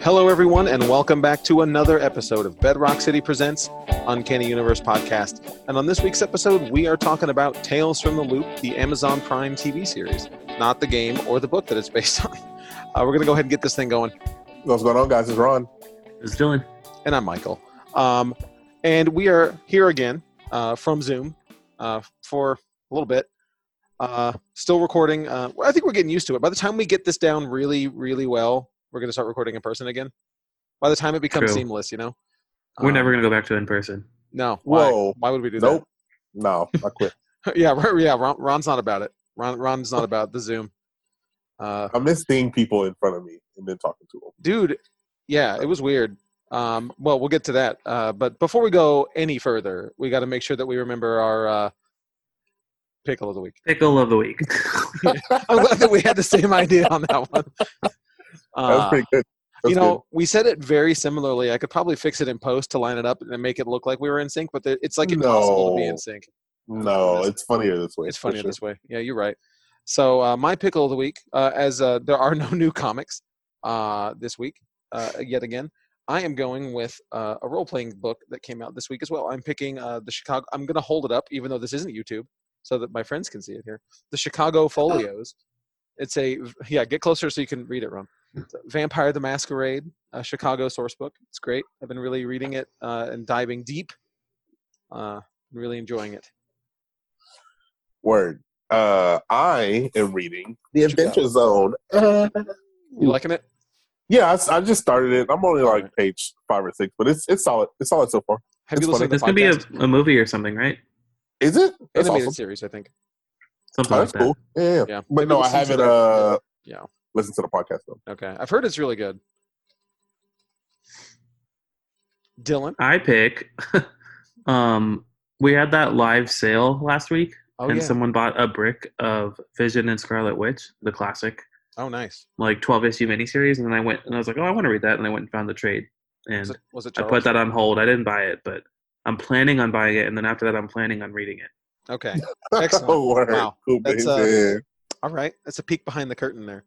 Hello, everyone, and welcome back to another episode of Bedrock City Presents Uncanny Universe Podcast. And on this week's episode, we are talking about Tales from the Loop, the Amazon Prime TV series, not the game or the book that it's based on. Uh, we're going to go ahead and get this thing going. What's going on, guys? It's Ron. It's Dylan. And I'm Michael. Um, and we are here again uh, from Zoom uh, for a little bit. Uh, still recording. Uh, well, I think we're getting used to it. By the time we get this down really, really well, we're going to start recording in person again. By the time it becomes True. seamless, you know? We're Um, never gonna go back to in person. No. Why? Whoa. Why would we do that? Nope. No, I quit. yeah, right, yeah. Ron, Ron's not about it. Ron, Ron's not about the Zoom. Uh, I miss seeing people in front of me and then talking to them. dude, yeah, it was weird. Um, well, we'll get to that. Uh, but before we go any further, we got to make sure that we remember our uh, pickle of the week. Pickle of the week. I'm glad that we had the same idea on that one. That was Uh, pretty good. That you was know, we said it very similarly. I could probably fix it in post to line it up and make it look like we were in sync, but the- it's like impossible to be in No. sync. good. no, it's funnier this way. It's for funnier sure. this way. Yeah, you're right. So uh, my pickle of the week, uh, as uh, there are no new comics uh, this week uh, yet again, I am going with uh, a role-playing book that came out this week as well. I'm picking uh, the Chicago. I'm going to hold it up, even though this isn't YouTube, so that my friends can see it here. The Chicago Folios. It's a yeah. Get closer so you can read it, Ron. It's Vampire the Masquerade, a Chicago source book. It's great. I've been really reading it uh, and diving deep. Uh, really enjoying it. Word. Uh, I am reading The What you got? Adventure Zone. Uh, You liking it? yeah, I s- I, just started it. I'm only like Alright. page five or six, but it's it's solid. It's solid so far. Have It's you listened funny. to This the could be a, podcast? a movie or something, right? Is it? That's Animated awesome. series, I think. Something Oh, like that's cool. that. Yeah, yeah. Yeah. But no, I listen to haven't that. uh Yeah. listened to the podcast though. Okay. I've heard it's really good. Dylan. I pick. um, we had that live sale last week, Oh and yeah. someone bought a brick of Vision and Scarlet Witch, the classic, oh nice. like twelve issue miniseries. And then I went and I was like, oh, I want to read that, and I went and found the trade, and Was it, was it I Charles? put that on hold. I didn't buy it, but I'm planning on buying it, and then after that, I'm planning on reading it. Okay. Excellent. Word. Wow. Cool, That's, man. uh, Yeah. All right. That's a peek behind the curtain there.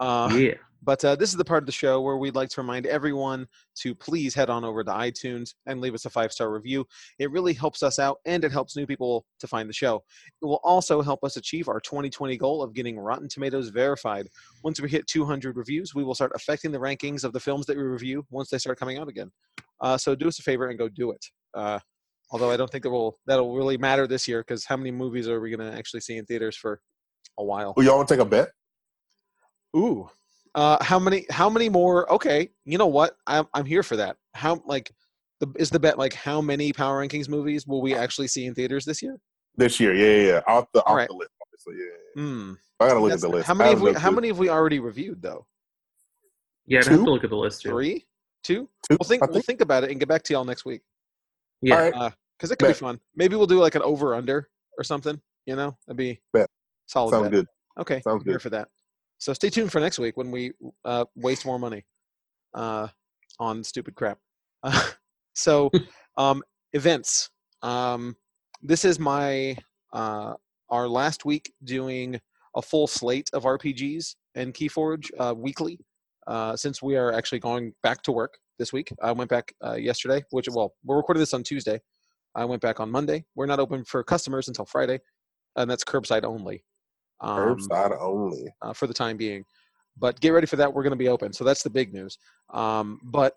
Uh, yeah. But uh, this is the part of the show where we'd like to remind everyone to please head on over to iTunes and leave us a five star review. It really helps us out and it helps new people to find the show. It will also help us achieve our 2020 goal of getting Rotten Tomatoes verified. Once we hit 200 reviews, we will start affecting the rankings of the films that we review once they start coming out again. Uh, so do us a favor and go do it. Uh, although I don't think that will that'll really matter this year because how many movies are we going to actually see in theaters for a while? Oh, y'all want to take a bet? Ooh. Uh, how many? How many more? Okay, you know what? I'm I'm here for that. How like, the, is the bet like how many Power Rankings movies will we actually see in theaters this year? This year, yeah, yeah, yeah. Off the off Alright. the list, obviously. Yeah, yeah. Hmm. I gotta look that's- at the list. How many? I Have we, looked how at- many have we already reviewed though? Yeah, I'd have Two? to look at the list too. Three, two. Two, We'll think, I we'll think about it and get back to y'all next week Yeah. All right. because it could be Bet. fun. Maybe we'll do like an over under or something. You know, that'd be Bet. solid. Sounds bet. good. Okay, Sounds I'm here good. for that. So stay tuned for next week when we uh, waste more money uh, on stupid crap. Uh, so um, events. Um, this is my uh, our last week doing a full slate of RPGs and Keyforge uh, weekly. Uh, since we are actually going back to work this week, I went back uh, yesterday. Which well, we're recording this on Tuesday. I went back on Monday. We're not open for customers until Friday, and that's curbside only. Um, Curbside only. uh, for the time being. But get ready for that. We're going to be open. So that's the big news. Um, but,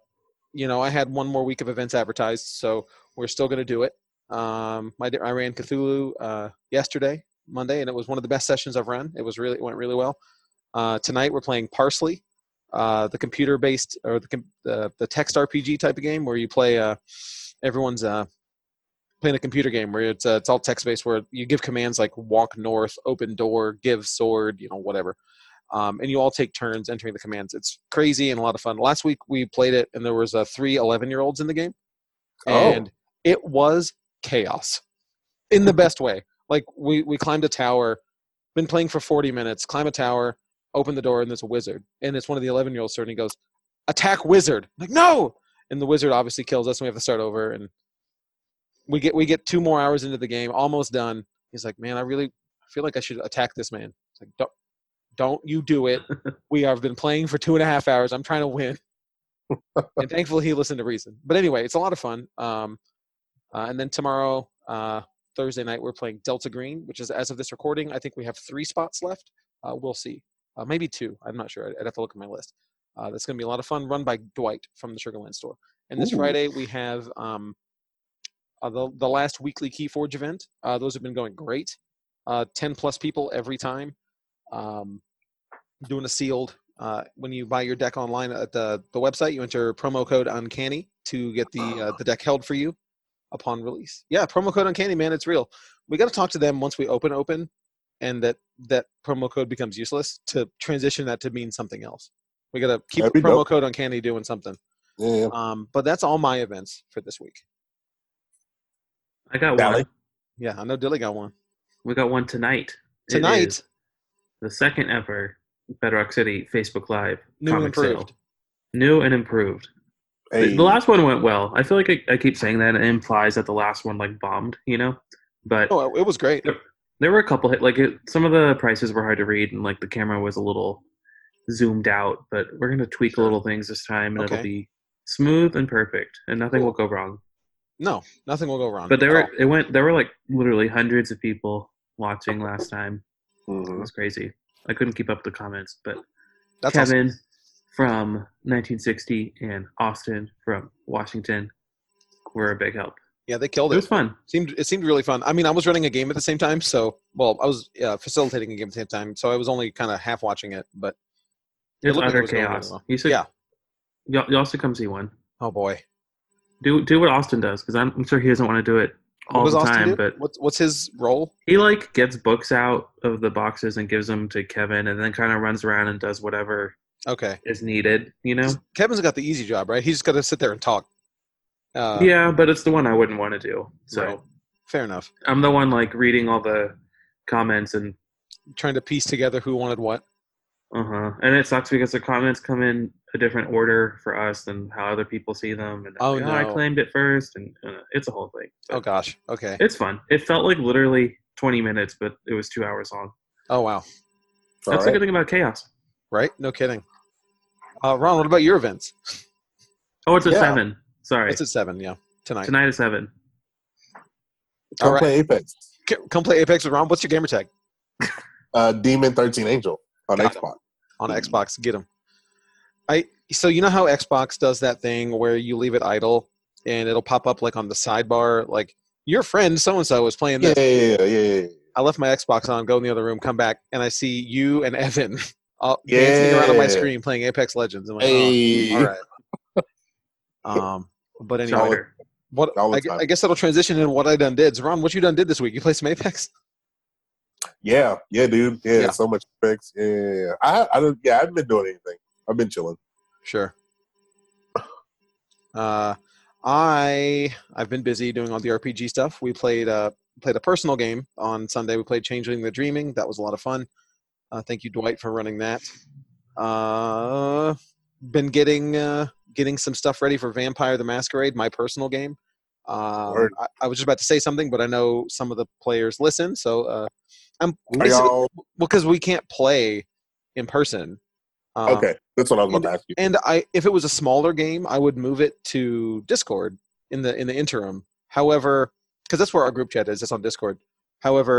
you know, I had one more week of events advertised, so we're still going to do it. Um, I, did- I ran Cthulhu uh, yesterday, Monday, and it was one of the best sessions I've run. It was really it went really well. Uh, tonight we're playing Parsley, uh, the computer-based or the, com- the the text RPG type of game where you play. Uh, everyone's uh, playing a computer game where it's uh, it's all text-based, where you give commands like walk north, open door, give sword, you know, whatever. Um, and you all take turns entering the commands. It's crazy and a lot of fun. Last week we played it, and there was uh, three 11-year-olds in the game, Oh. and it was chaos in the best way. Like we we climbed a tower, been playing for 40 minutes, climb a tower, open the door, and there's a wizard, and it's one of the 11-year-olds, and he goes, "Attack wizard!" I'm like no, and the wizard obviously kills us, and we have to start over, and we get we get two more hours into the game, almost done. He's like, "Man, I really feel like I should attack this man." It's like, "Don't, don't you do it? We have been playing for two and a half hours. I'm trying to win." and thankfully he listened to reason. But anyway, it's a lot of fun. Um, uh, and then tomorrow, uh, Thursday night, we're playing Delta Green, which is as of this recording, I think we have three spots left. Uh, we'll see, uh, maybe two. I'm not sure. I'd, I'd have to look at my list. Uh, that's going to be a lot of fun, run by Dwight from the Sugarland store. And this Ooh. Friday we have um, uh, the the last weekly KeyForge event. Uh, those have been going great. Uh, Ten plus people every time. Um, doing a sealed. Uh, when you buy your deck online at the, the website, you enter promo code Uncanny to get the uh, the deck held for you upon release. Yeah, promo code Uncanny, man, it's real. We got to talk to them once we open open, and that that promo code becomes useless to transition that to mean something else. We got to keep That'd the be promo dope. code Uncanny doing something. Yeah, yeah. Um, but that's all my events for this week. I got Valley. one. Yeah, I know Dilly got one We got one tonight. It tonight. is the second ever Bedrock City Facebook Live New and comic sale. improved. New and improved. The- Hey, The last one went well. I feel like I, I keep saying that and it implies that the last one like bombed, you know. But Oh, it- it was great. there were a couple hit like it, some of the prices were hard to read and like the camera was a little zoomed out. But we're gonna tweak Sure. little things this time and Okay. it'll be smooth and perfect and nothing Cool. will go wrong. No, nothing will go wrong. But there at were all. it went there were like literally hundreds of people watching last time. It mhm. was crazy. I couldn't keep up with the comments, but That's awesome. Kevin from 1960 and Austin from Washington were a big help. Yeah, they killed It was it. fun. Seemed it seemed really fun. I mean, I was running a game at the same time, so well, I was uh, facilitating a game at the same time, so I was only kind of half watching it. But It It was looked like utter it was going really chaos. well. You should. Yeah. Y'all, y'all should come see one. oh boy, Do do what Austin does because I'm, I'm sure he doesn't want to do it all what does the Austin time. do? But what's what's his role? he like gets books out of the boxes and gives them to Kevin, and then kind of runs around and does whatever Okay, is needed. You know. Kevin's got the easy job, right? He's just got to sit there and talk. Uh, yeah, but it's the one I wouldn't want to do. So Right. fair enough. I'm the one like reading all the comments and Trying to piece together who wanted what. Uh huh. And it sucks because the comments come in a different order for us than how other people see them. And Oh, like, I no. claimed it first, and uh, it's a whole thing. Oh gosh. Okay. It's fun. It felt like literally 20 minutes, but it was two hours long. Oh wow. All That's the right. good thing about chaos. Right? No kidding. Uh, Ron, what about your events? Oh, it's at Yeah. seven. Sorry, It's at seven. Yeah, tonight. tonight at seven. Come All right. play Apex. C- Come play Apex with Ron. What's your gamer tag Uh, Demon 13 Angel on Got Xbox. on Mhm. Xbox? Get him. I. So you know how Xbox does that thing where you leave it idle and it'll pop up like on the sidebar, like your friend so and so was playing Yeah, this. yeah, yeah, yeah, I left my Xbox on, go in the other room, come back, and I see you and Evan uh, dancing around on my Yeah. screen playing Apex Legends. I'm yeah. like, Hey, oh, all right. Um, but anyway, Shocker. What All the I, gu- time. I guess that'll transition into what I done did. So Ron, what you done did this week? You played some Apex? yeah, yeah, dude, yeah, Yeah. so much Apex. Yeah, yeah, yeah. I, I don't, yeah, I haven't been doing anything. I've been chilling. Sure. Uh, I I've been busy doing all the RPG stuff. We played uh played a personal game on Sunday. We played Changeling the Dreaming. That was a lot of fun. Uh, thank you, Dwight, for running that. Uh, been getting uh, getting some stuff ready for Vampire the Masquerade, my personal game. Um, Word. I, I was just about to say something, but I know some of the players listen, so uh, I'm Are basically- y'all well because we can't play in person Um, okay? That's what I was about to ask you. and i if it was a smaller game i would move it to discord in the in the interim however because that's where our group chat is that's on discord however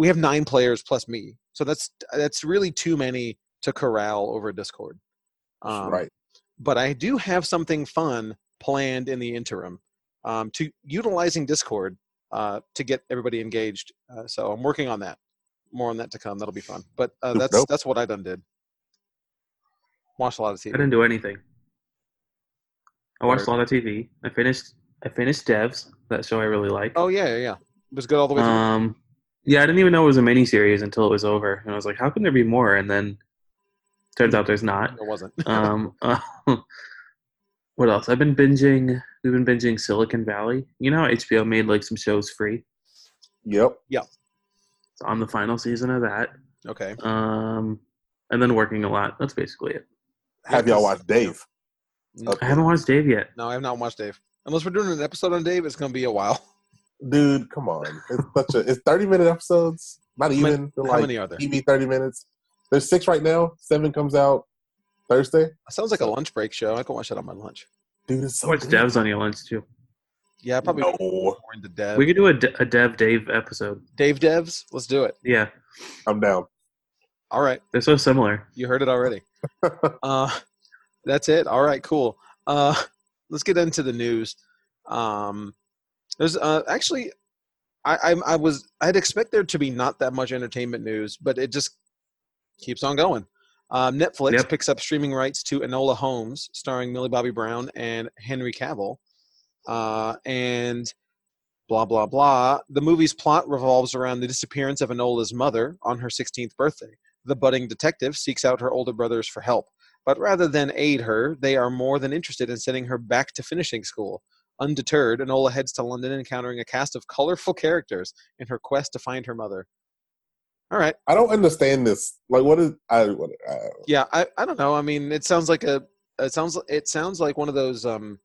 we have nine players plus me so that's that's really too many to corral over discord um, right. but I do have something fun planned in the interim um, to utilizing Discord uh, to get everybody engaged. Uh, so I'm working on that. More on that to come. That'll be fun. But uh, Good that's dope. that's what I done did. Watched a lot of I TV. didn't do anything. I watched a lot of TV. I finished. I finished Devs, that show I really like. Oh yeah, yeah, yeah. It was good all the way through. Uh. Um, yeah, I didn't even know it was a miniseries until it was over, and I was like, "How can there be more?" And then turns out there's not. it wasn't. Um, uh, what else? I've been binging. We've been binging Silicon Valley. You know, how HBO made like some shows free. Yep. It's on the final season of that. okay. Um, and then working a lot. That's basically it. Have y'all watched Dave? No, I haven't watched Dave yet. I have not watched Dave. Unless we're doing an episode on Dave, it's gonna be a while. Dude, come on! It's such a it's thirty minute episodes. Not many- even. They're How like many are there? TV thirty minutes. There's six right now. Seven comes out Thursday. That sounds like a lunch break show. I can watch that on my lunch. Dude, it's so What's good. Dev's on your lunch too? Yeah, probably No. more into Dev. We could do a, De- a Dev Dave episode. Dave Devs, let's do it. Yeah, I'm down. All right, they're so similar. you heard it already. uh, that's it. All right, cool. Uh, let's get into the news. Um, there's uh, actually, I, I I was I'd expect there to be not that much entertainment news, but it just keeps on going. Um, Netflix Yep. picks up streaming rights to Enola Holmes, starring Millie Bobby Brown and Henry Cavill, uh, and blah blah blah. The movie's plot revolves around the disappearance of Enola's mother on her 16th birthday. The budding detective seeks out her older brothers for help, but rather than aid her, they are more than interested in sending her back to finishing school. Undeterred, Enola heads to London, encountering a cast of colorful characters in her quest to find her mother. All right, I don't understand this. Like, what is? I, what, I yeah, I, I don't know. I mean, it sounds like a it sounds it sounds like one of those um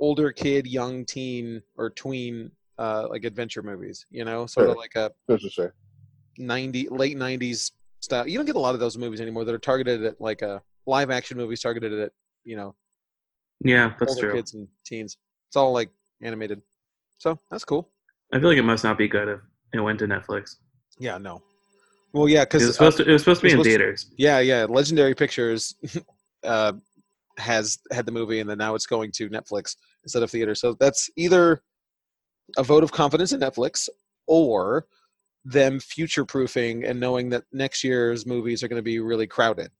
older kid, young teen or tween uh like adventure movies. You know, sort of Sure. like a sure, sure, sure. 90 late 90s style you don't get a lot of those movies anymore that are targeted at like a live action movies targeted at you know Yeah, that's older true. kids and teens it's all like animated so that's cool I feel like it must not be good if it went to Netflix. yeah no well yeah It because was supposed to. It was supposed to be it in was supposed theaters. yeah yeah legendary pictures uh has had the movie and then now it's going to netflix instead of theater so that's either a vote of confidence in netflix or them future proofing and knowing that next year's movies are going to be really crowded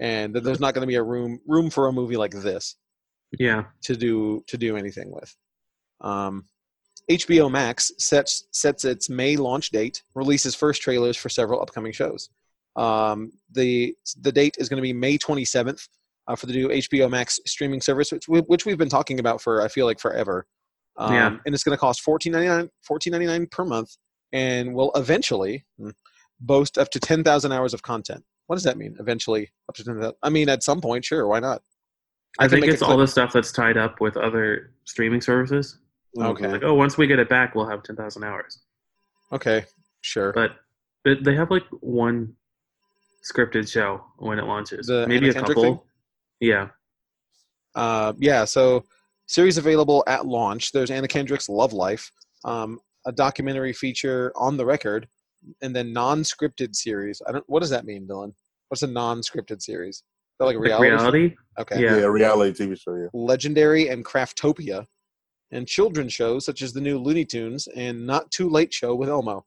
and that there's not going to be a room room for a movie like this Yeah, to do to do anything with. Um, HBO Max sets sets its May launch date, releases first trailers for several upcoming shows. Um, the the date is going to be May 27th uh, for the new HBO Max streaming service, which we, which we've been talking about for I feel like forever. Um, Yeah. And it's going to cost 14.99 $14.99 per month, and will eventually mm, boast up to 10,000 hours of content. What does that mean? Eventually, up to 10,000. I mean, at some point, sure, why not? I, can think make a it's all the stuff that's tied up with other streaming services. Okay. Like, oh, once we get it back, we'll have ten thousand hours. Okay, sure. But but they have like one scripted show when it launches. The Maybe Anna a Kendrick couple. thing? Yeah. Uh, yeah, so series available at launch. There's Anna Kendrick's Love Life, um, a documentary feature on the record, and then non-scripted series. I don't. What does that mean, Dylan? What's a non-scripted series? Is that like a Like reality? show? reality? Okay. Yeah. Yeah. reality TV show. Yeah. Legendary and Craftopia, and children's shows such as the new Looney Tunes and Not Too Late Show with Elmo.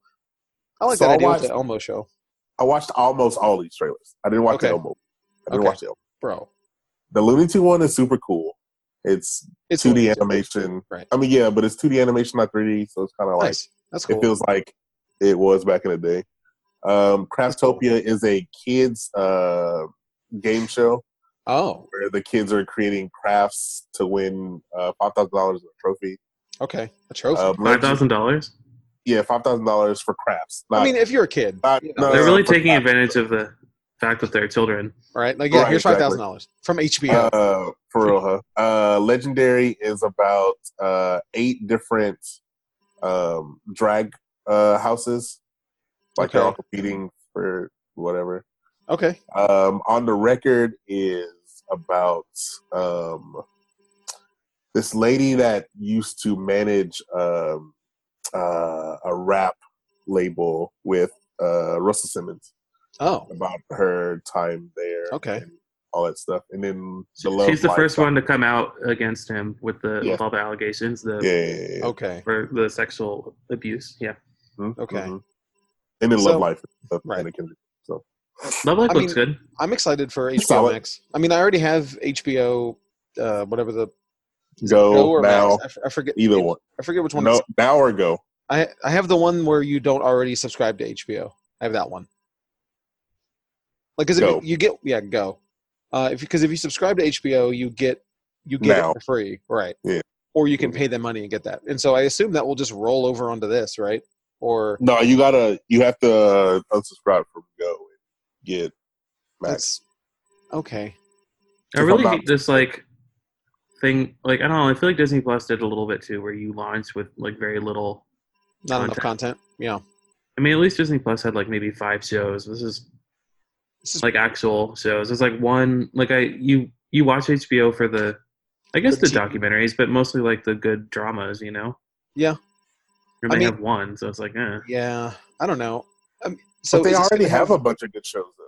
I like So that I idea with watched- the Elmo show, I watched almost all these trailers. I didn't watch Okay. the Elmo. I didn't Okay. watch the Elmo. bro. The Looney Tune one is super cool. It's It's 2D Looney Tunes. animation. right? I mean, yeah, but it's 2D animation, not 3D, so it's kind of like Nice. That's cool. it feels like it was back in the day. cool. Um, Craftopia is a kids uh, game show oh, where the kids are creating crafts to win uh, five thousand dollars in a trophy. okay. A trophy. Uh, Five thousand dollars? Yeah, five thousand dollars for crafts. I Not- mean, if you're a kid, not- you know, no, no, They're no, really for taking crafts. advantage of the fact that they're children. right? Like, yeah, Right, here's five exactly. thousand dollars from HBO. Uh, for real, huh? Uh, Legendary is about uh, eight different um, drag uh, houses, like they're Okay. all competing for whatever. okay, Um, on the record is about um, this lady that used to manage um, uh, a rap label with uh, Russell Simmons oh, about her time there. Okay. and all that stuff, and then the love. She's the first Life- one to come out against him with the Yeah. with all the allegations, the Yeah, yeah, yeah, yeah. okay, for the sexual abuse. Yeah. Mhm, Okay. mhm. And then So- Love Life. of Right. Anna Kendrick. So Love Life I looks good. I'm excited for HBO Solid. Max. I mean, I already have HBO, uh, whatever the go Go or now, Max. I, f- I forget either one. I forget which one. No, it's- now or go. I I have the one where you don't already subscribe to HBO. I have that one. Like, cause if Go. you, you get yeah, go. Uh, if because if you subscribe to HBO, you get you get Now. it for free, right? Yeah. Or you can Mhm. pay them money and get that. And so I assume that will just roll over onto this, right? Or No, you gotta. You have to uh, unsubscribe from Go and get Max. that's okay. I if really I'm not- hate this like thing like I don't know, I feel like Disney Plus did a little bit too where you launch with like very little Not enough content. Content. Yeah. I mean at least Disney Plus had like maybe five shows. This is This is like actual shows. It's like one like I you you watch HBO for the I guess The the, tea- documentaries, but mostly like the good dramas, you know. Yeah. And I they mean- have one, so it's like, eh. yeah. I don't know. Um, so but they is this already gonna have a bunch of good shows, though.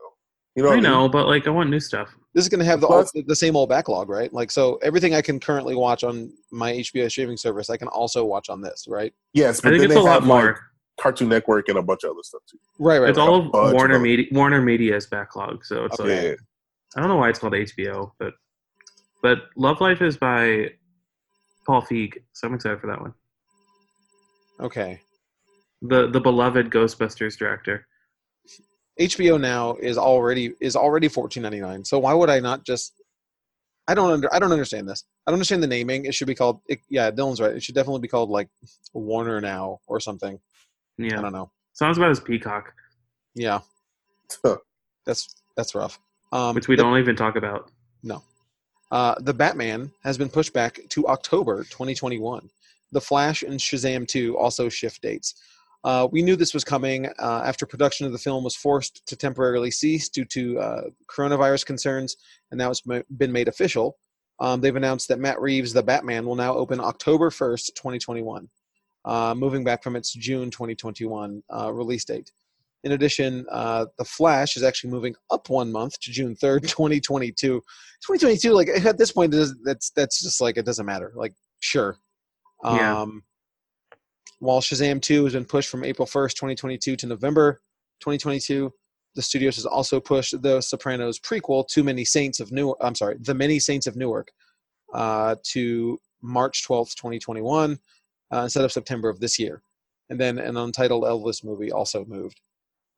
You know, what I mean? know, but like I want new stuff. this is going to have the, Plus- all, the same old backlog, right? Like, so everything I can currently watch on my HBO streaming service, I can also watch on this, right? Yes, I but think then it's they a lot have more. like Cartoon Network and a bunch of other stuff too. Right, right. it's right. all A bunch of of Warner other- Media Warner Media's backlog, so it's like Okay. Yeah, I don't know why it's called HBO, but but Love Life is by Paul Feig, so I'm excited for that one. Okay. The the beloved Ghostbusters director. HBO now is already is already fourteen ninety nine. So why would I not just? I don't under I don't understand this. I don't understand the naming. It should be called. It, yeah, Dylan's right. It should definitely be called like Warner now or something. I Yeah, don't know. sounds Um, about as Peacock, Yeah, Huh. that's that's rough. Um, which we the, don't even talk about. Uh, the Batman has been pushed back to October 2021. The Flash and Shazam 2 also shift dates. Uh, we knew this was coming uh, after production of the film was forced to temporarily cease due to uh, coronavirus concerns, and now it's ma- been made official. Um, they've announced that Matt Reeves' The Batman will now open October 1st, 2021, uh, moving back from its June 2021 uh, release date. In addition, uh, The Flash is actually moving up one month to June 3rd, 2022, 2022 like at this point it is- that's that's just like it doesn't matter like sure um Yeah. while shazam 2 has been pushed from april 1st 2022 to november 2022 the studios has also pushed the sopranos prequel too many saints of newark i'm sorry the many saints of newark uh, to march 12th 2021 uh, instead of september of this year and then an untitled elvis movie also moved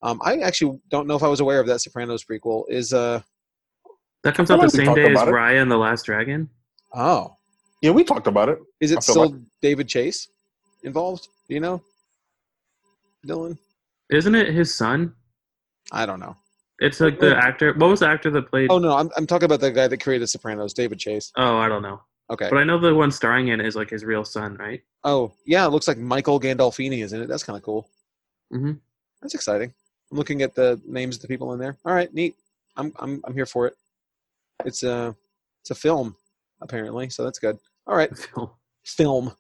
um, i actually don't know if i was aware of that sopranos prequel is uh That comes I out the thought we same talked day as about it. Raya and the Last Dragon. oh yeah, we talked about it. Is I it feel still David Chase involved? Do you know? Dylan? Isn't it his son? I don't know. It's like the actor. What was the actor that played? Oh Oh, no, I'm I'm talking about the guy that created Sopranos, David Chase. I don't know. Okay. But I know the one starring in it is like his real son, right? Oh, yeah, it looks like Michael Gandolfini is in it. That's kind of cool. Mhm. That's exciting. I'm looking at the names of the people in there. All right, neat. I'm I'm I'm here for it. It's a it's a film apparently, so that's good. All right. Phil. film.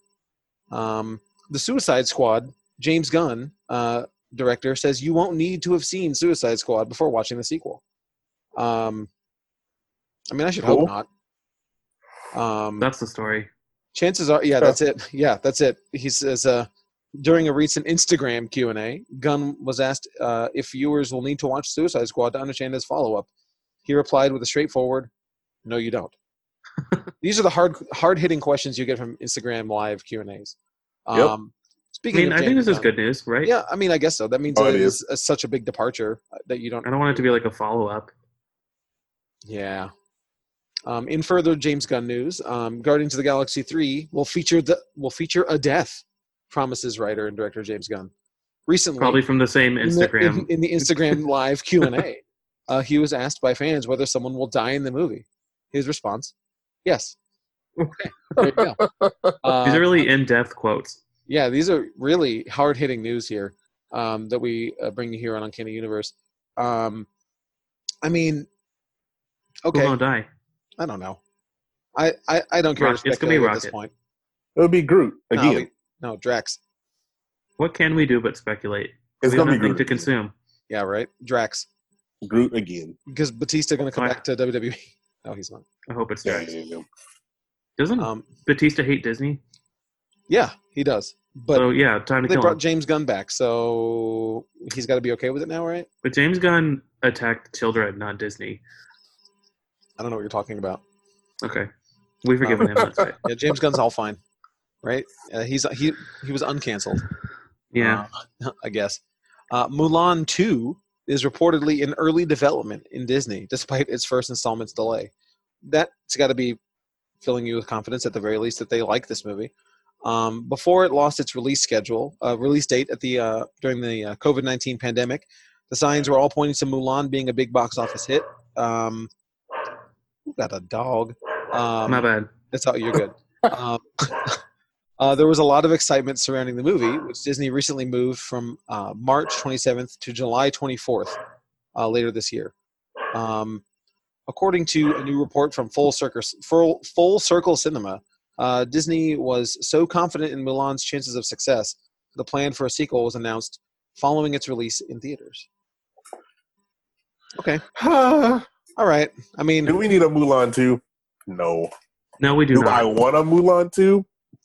Um, the Suicide Squad, James Gunn, uh, director, says you won't need to have seen Suicide Squad before watching the sequel. Um, I mean, I should Cool. hope not. Um, That's the story. chances are yeah that's it yeah that's it he says uh during a recent instagram q&a gunn was asked uh, if viewers will need to watch suicide squad to understand his follow-up he replied with a straightforward no you don't these are the hard hard-hitting questions you get from instagram live q&as um, Yep. I speaking mean, of I think James this is Gunn- good news, right? yeah i mean i guess so that means Oh, it it is a, such a big departure uh, that you don't I don't want it to be like a follow up. Yeah. Um, in further James Gunn news, um, Guardians of the Galaxy three will feature the will feature a death, promises writer and director James Gunn. Recently, Probably from the same in the- in, Instagram. in the Instagram live Q and A, uh, he was asked by fans whether someone will die in the movie. His response: Yes. Okay. There you go. Uh, These are really in depth quotes. yeah, these are really hard hitting news here um, that we uh, bring you here on Uncanny Universe. Um, I mean, okay. Who won't die? I don't know. I I, I don't care. Rock- to it's gonna be speculate at this Rocket. point. It would be Groot No, again. we- no, Drax. What can we do but speculate? it's we have gonna be nothing Groot. to consume. Yeah, right. Drax. Groot again. Because Batista going to come Why? back to WWE. No, he's not. I hope it's Yeah, Drax. yeah, yeah. Doesn't Um, Batista hate Disney? yeah, he does. But so yeah, time to they kill brought him. James Gunn back, so he's got to be okay with it now, right? But James Gunn attacked children, not Disney. I don't know what you're talking about. Okay, we forgive him. That's right. Yeah, James Gunn's all fine, right? Uh, he's he he was uncanceled. Yeah. uh, I guess. Uh, Mulan 2 is reportedly in early development in Disney, despite its first installment's delay. That's got to be filling you with confidence, at the very least, that they like this movie. Um, before it lost its release schedule, uh, release date at the uh, during the uh, COVID nineteen pandemic, the signs were all pointing to Mulan being a big box office hit. Um, who got a dog? Um, My bad. that's how you're good. um, uh, there was a lot of excitement surrounding the movie, which Disney recently moved from uh, March 27th to July 24th uh, later this year. Um, according to a new report from Full Circle, Full, Full Circle Cinema, uh, Disney was so confident in Mulan's chances of success, the plan for a sequel was announced following its release in theaters. Okay, all right. I mean, Do we need a Mulan 2? No. No, we do, Do not. I want a Mulan 2?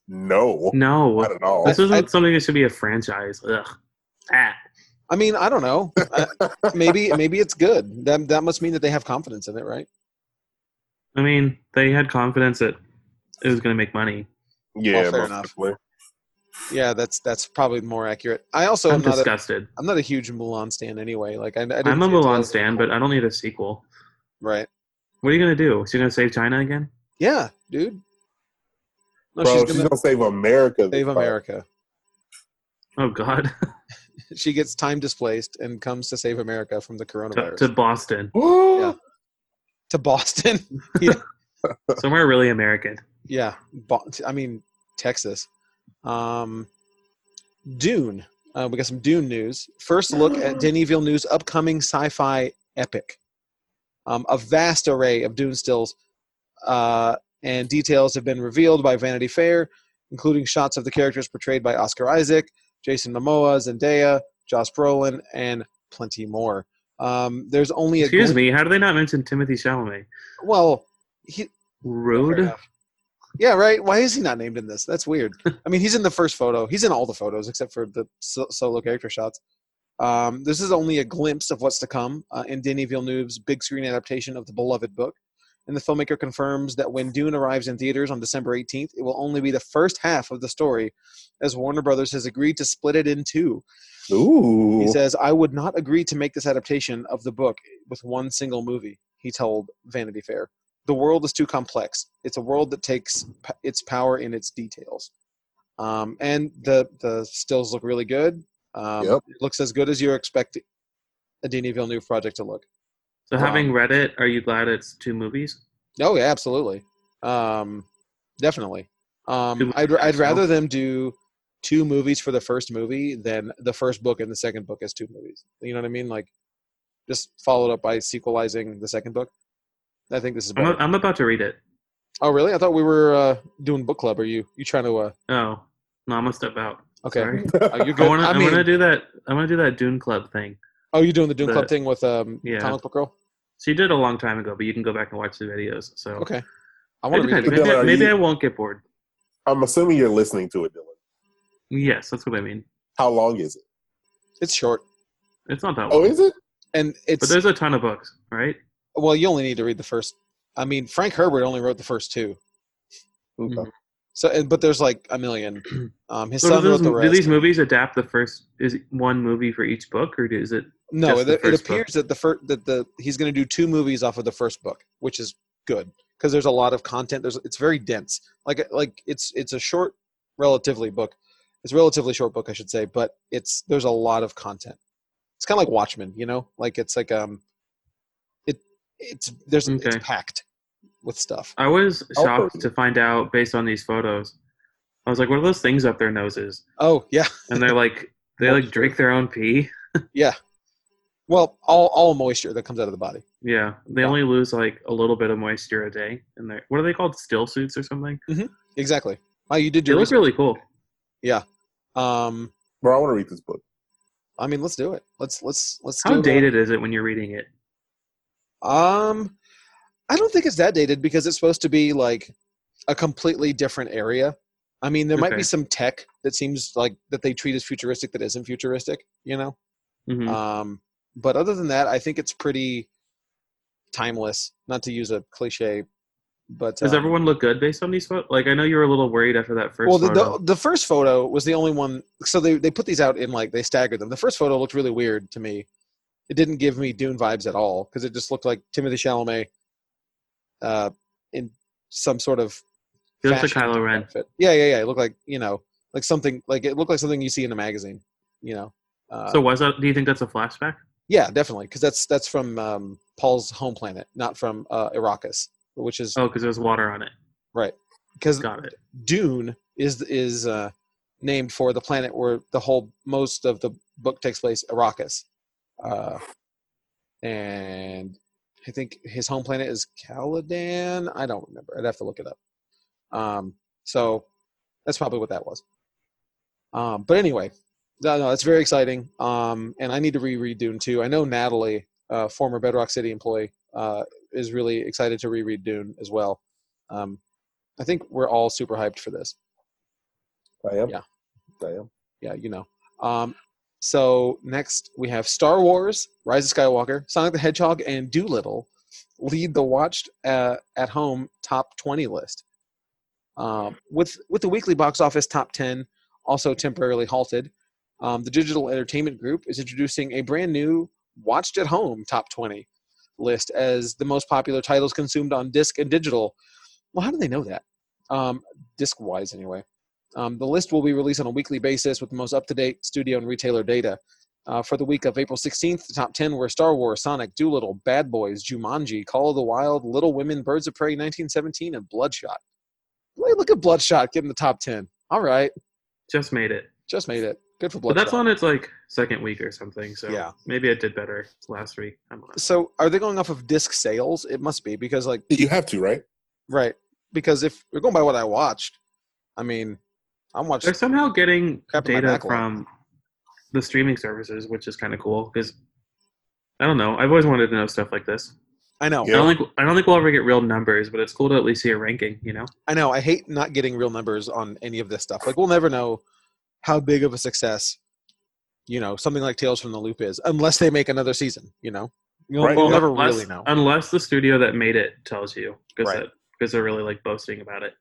No. no, Not at all. this I- I- isn't something that should be a franchise. Ugh. Ah. I mean, I don't know. I, maybe, maybe it's good. That that must mean that they have confidence in it, right? I mean, they had confidence that it was going to make money. Well, yeah, fair most enough. definitely. Yeah, that's that's probably more accurate. I also I'm am not a, disgusted. I'm not a huge Mulan stan anyway. Like I, I didn't I'm a see it till I Mulan was- stan, but I don't need a sequel. right? What are you going to do? Is she going to save China again? Yeah, dude. No, Bro, she's she's, gonna gonna, save America. this save time. America. Oh, God. She gets time displaced and comes to save America from the to, coronavirus to to, Boston. Boston. Somewhere really American. yeah, Bo- I mean Texas. Um, Dune. Uh, we got some Dune news. First look at Denis Villeneuve's upcoming sci-fi epic. Um, a vast array of Dune stills uh, and details have been revealed by Vanity Fair, including shots of the characters portrayed by Oscar Isaac, Jason Momoa, Zendaya, Josh Brolin, and plenty more. Um, there's only a Excuse glimpse- me, how do they not mention Timothy Chalamet? Well, he Fair Rude. enough. Yeah, right. Why is he not named in this? That's weird. I mean, he's in the first photo. He's in all the photos except for the so- solo character shots. Um, this is only a glimpse of what's to come uh, in Denis Villeneuve's big screen adaptation of the beloved book. And the filmmaker confirms that when Dune arrives in theaters on December 18th, it will only be the first half of the story, as Warner Brothers has agreed to split it in two. Ooh. He says, I would not agree to make this adaptation of the book with one single movie, he told Vanity Fair. The world is too complex. It's a world that takes p- its power in its details. Um, and the, the stills look really good. Um, Yep. It looks as good as you expect a Denis Villeneuve project to look. So, Wow. having read it, are you glad it's two movies? Oh, yeah, absolutely. Um, definitely. Um, Good I'd, luck, I'd Axel. rather them do two movies for the first movie than the first book and the second book as two movies. You know what I mean? Like, just followed up by sequelizing the second book. I think this is I'm, better. a, I'm about to read it. oh, really? I thought we were uh, doing book club. Are you you trying to? Uh, Oh, no, I'm gonna step out. okay. Sorry. Are you I good? want to. I, I mean, want to do that. I want to do that Dune Club thing. oh, you doing the Doom the- Club thing with um, yeah. comic book girl? She did a long time ago, but you can go back and watch the videos. So Okay. I it want to read. It. it. depends. Maybe, Dylan, are maybe you- I won't get bored. I'm assuming you're listening to it, Dylan. Yes, that's what I mean. How long is it? It's short, It's not that long, Oh, is it? and but it's there's a ton of books, right? well. You only need to read the first. I mean, Frank Herbert only wrote the first two. Mm-hmm. Okay. Mhm. So, and, but there's like a million. Um, his So son do, wrote those, the do rest. these movies adapt the first? Is it one movie for each book, or is it? no, just it, the it first book? appears that the first that the he's going to do two movies off of the first book, which is good because there's a lot of content. There's it's very dense. Like like it's it's a short, relatively book. It's a relatively short book, I should say, but it's there's a lot of content. It's kind of like Watchmen, you know, like it's like um, it it's there's it's Okay. packed with stuff. I was Oh. shocked to find out based on these photos. I was like, what are those things up their noses? Oh yeah, And they're like, they like drink their own pee. yeah. Well, all all moisture that comes out of the body. Yeah, they Yeah. only lose like a little bit of moisture a day, and they're what are they called? Still suits or something? Exactly. Wow, you did They your look research. really cool. Um, Bro, I want to read this book. I mean, let's do it. Let's let's let's. How do dated is it when you're reading it? It. Um, I don't think it's that dated because it's supposed to be like a completely different area. I mean, there might Okay. be some tech that seems like that they treat as futuristic that isn't futuristic. You know. hmm Um, but other than that, I think it's pretty timeless. Not to use a cliche, but Does um, everyone look good based on these photos? Like, I know you were a little worried after that first well, the, photo. the the first photo was the only one. So they they put these out in like they staggered them. The first photo looked really weird to me. It didn't give me Dune vibes at all because it just looked like Timothy Chalamet, uh, in some sort of. He looks like fashion Kylo Ren. outfit. Yeah, yeah, yeah. It looked like you know, like something like it looked like something you see in a magazine. You know. Uh, so was that? Do you think that's a flashback? yeah, definitely, because that's that's from um, Paul's home planet, not from uh, Arrakis, which is Oh, because there's water on it. because Got it. Dune is is uh, named for the planet where the whole most of the book takes place, Arrakis, uh, and I think his home planet is Caladan. I don't remember. I'd have to look it up. Um, so that's probably what that was. Um, but anyway, no, no, that's very exciting. Um, and I need to reread Dune too. I know Natalie, uh, former Bedrock City employee, uh, is really excited to reread Dune as well. Um, I think we're all super hyped for this. I am. Yeah. I am. yeah, you know. Um, so next we have Star Wars: Rise of Skywalker, Sonic the Hedgehog, and Doolittle lead the watched uh, at home top twenty list. Um, with with the weekly box office top ten also temporarily halted, um, the Digital Entertainment Group is introducing a brand new watched at home top twenty list as the most popular titles consumed on disc and digital. Well, how do they know that? Um, disc wise, anyway. Um, the list will be released on a weekly basis with the most up to date studio and retailer data. Uh, for the week of April 16th, the top 10 were Star Wars, Sonic, Doolittle, Bad Boys, Jumanji, Call of the Wild, Little Women, Birds of Prey 1917, and Bloodshot. Wait, look at Bloodshot getting the top 10. All right. Just made it. Just made it. Good for But Bloodshot. that's on its like second week or something. So Yeah. maybe I did better last week. I don't know. so are they going off of disc sales? It must be because, like, You have to, right? right. Because if you're going by what I watched, I mean, I'm watching. They're somehow getting Crap in my data backlog. from the streaming services, which is kind of cool because I don't know. I've always wanted to know stuff like this. I know. Yeah. I don't think I don't think we'll ever get real numbers, but it's cool to at least see a ranking. You know, I know. I hate not getting real numbers on any of this stuff. Like we'll never know how big of a success, you know, something like Tales from the Loop is, unless they make another season. You know, You'll- Right. we'll Well, never unless, really know. unless the studio that made it tells you because Right. because they're really like boasting about it.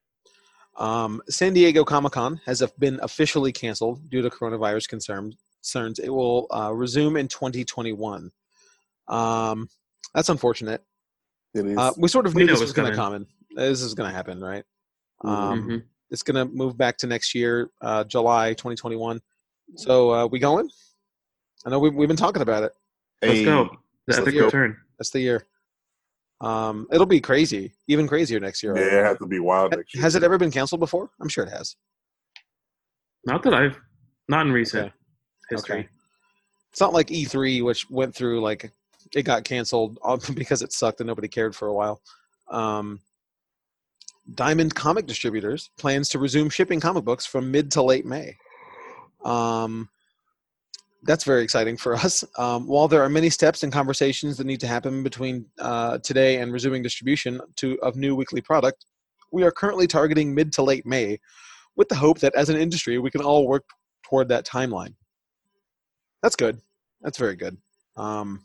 Um, San Diego Comic Con has been officially canceled due to coronavirus concern- concerns. It will uh, resume in 2021. Um, that's unfortunate. It is. Uh, we sort of We knew know this it was was going to come. This is going to happen, right? Um, Mhm. It's going to move back to next year, uh, July 2021. So uh, we going? I know we've, we've been talking about it. Let's Hey, go. The Let's epic go. return. That's the year. Um, it'll be crazy, even crazier next year. Yeah, it has to be wild next year. Has it ever been canceled before? I'm sure it has. Not that I've not in recent Okay. history. Okay. It's not like E3, which went through like it got canceled all- because it sucked and nobody cared for a while. Um, Diamond Comic Distributors plans to resume shipping comic books from mid to late May. Um, that's very exciting for us. Um, while there are many steps and conversations that need to happen between uh, today and resuming distribution to of new weekly product, we are currently targeting mid to late May, with the hope that as an industry we can all work toward that timeline. That's good. That's very good. Um,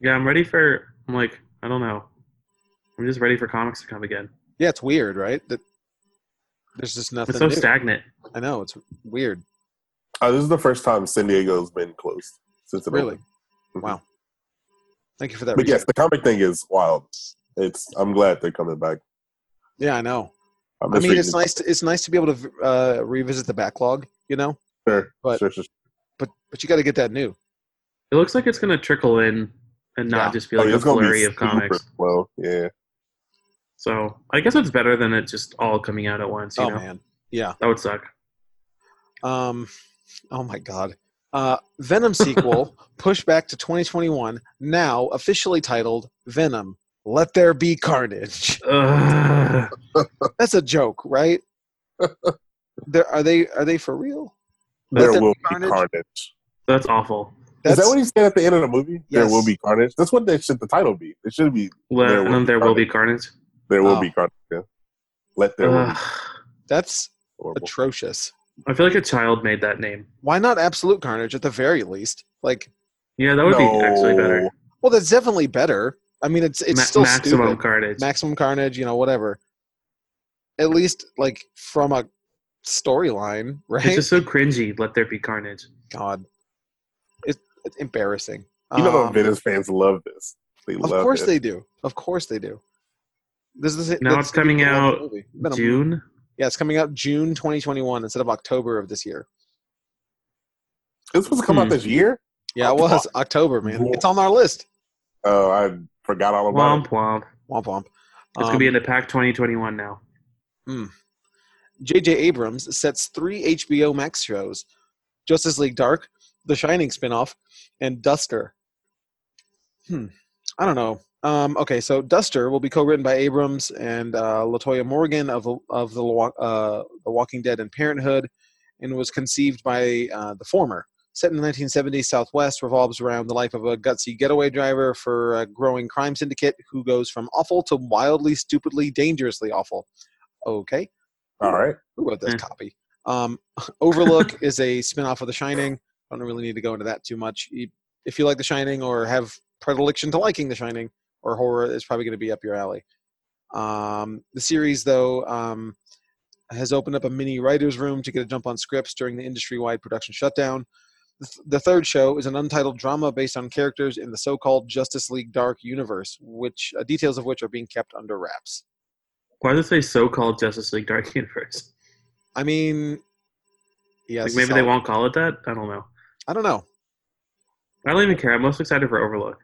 Yeah, I'm ready for. I'm like I don't know. I'm just ready for comics to come again. yeah, it's weird, right? That there's just nothing. It's so new. stagnant. I know it's weird. Uh, this is the first time San Diego's been closed since it Really? opened. Mhm. Wow. Thank you for that. But yes, research. the comic thing is wild. It's. I'm glad they're coming back. Yeah, I know. I'm I just mean, it's reading- nice. To, it's nice to be able to uh, revisit the backlog, you know. Sure, but- sure, sure, sure. But but you got to get that new. It looks like it's gonna trickle in and not Yeah. just be Like, like a it's gonna Oh, be flurry of super comics. slow. Yeah. So I guess it's better than it just all coming out at once. You Oh know, man, yeah. that would suck. Um, oh my god. Uh, Venom sequel pushed back to 2021. Now officially titled Venom: Let There Be Carnage. Ugh. That's a joke, right? there, are they are they for real? There Let there will be be carnage? carnage. That's awful. Is That's, that what he said at the end of the movie? Yes. There will be carnage. That's what they should the title be. It should be Let, There and will then be um, there will be carnage. there will Oh. be carnage. Yeah. Let there will be Ugh. that's horrible. atrocious. I feel like a child made that name. Why not absolute carnage at the very least? Like, Yeah, that No. would be actually better. well, that's definitely better. I mean, it's it's Ma- still maximum stupid. carnage. maximum carnage, you know, whatever. At least like from a storyline, right? It's just so cringy. Let there be carnage. God, it, it's embarrassing. You know, Um, the Venice fans love this. They of love course it. they do. Of course they do. This is Now that's it's gonna be coming the whole out movie. Venom. June. Yeah, it's coming out June 2021 instead of October of this year. It's supposed to come Hmm. out this year. Yeah, it was October, man. Whoa. It's on our list. Oh, I forgot all about Womp it. womp. Womp womp. It's gonna be Um, in the pack 2021 now. J.J. Abrams sets three HBO Max shows: Justice League Dark, The Shining spinoff, and Duster. Hmm. I don't know. Um, okay, so Duster will be co-written by Abrams and uh, Latoya Morgan of of the Wa- uh, The Walking Dead and Parenthood, and was conceived by uh, the former. Set in the 1970s Southwest, revolves around the life of a gutsy getaway driver for a growing crime syndicate who goes from awful to wildly, stupidly, dangerously awful. Okay, All right. who wrote this Mm. copy? Um, Overlook is a spin-off of The Shining. I don't really need to go into that too much. You- If you like The Shining or have predilection to liking The Shining or horror, it's probably going to be up your alley. Um, the series, though, um, has opened up a mini writers' room to get a jump on scripts during the industry-wide production shutdown. The th- The third show is an untitled drama based on characters in the so-called Justice League Dark universe, which uh, details of which are being kept under wraps. Why does they so-called Justice League Dark Universe? I mean, yes, Like maybe they won't call it that. I don't know. I don't know. I don't even care. I'm most excited for Overlook.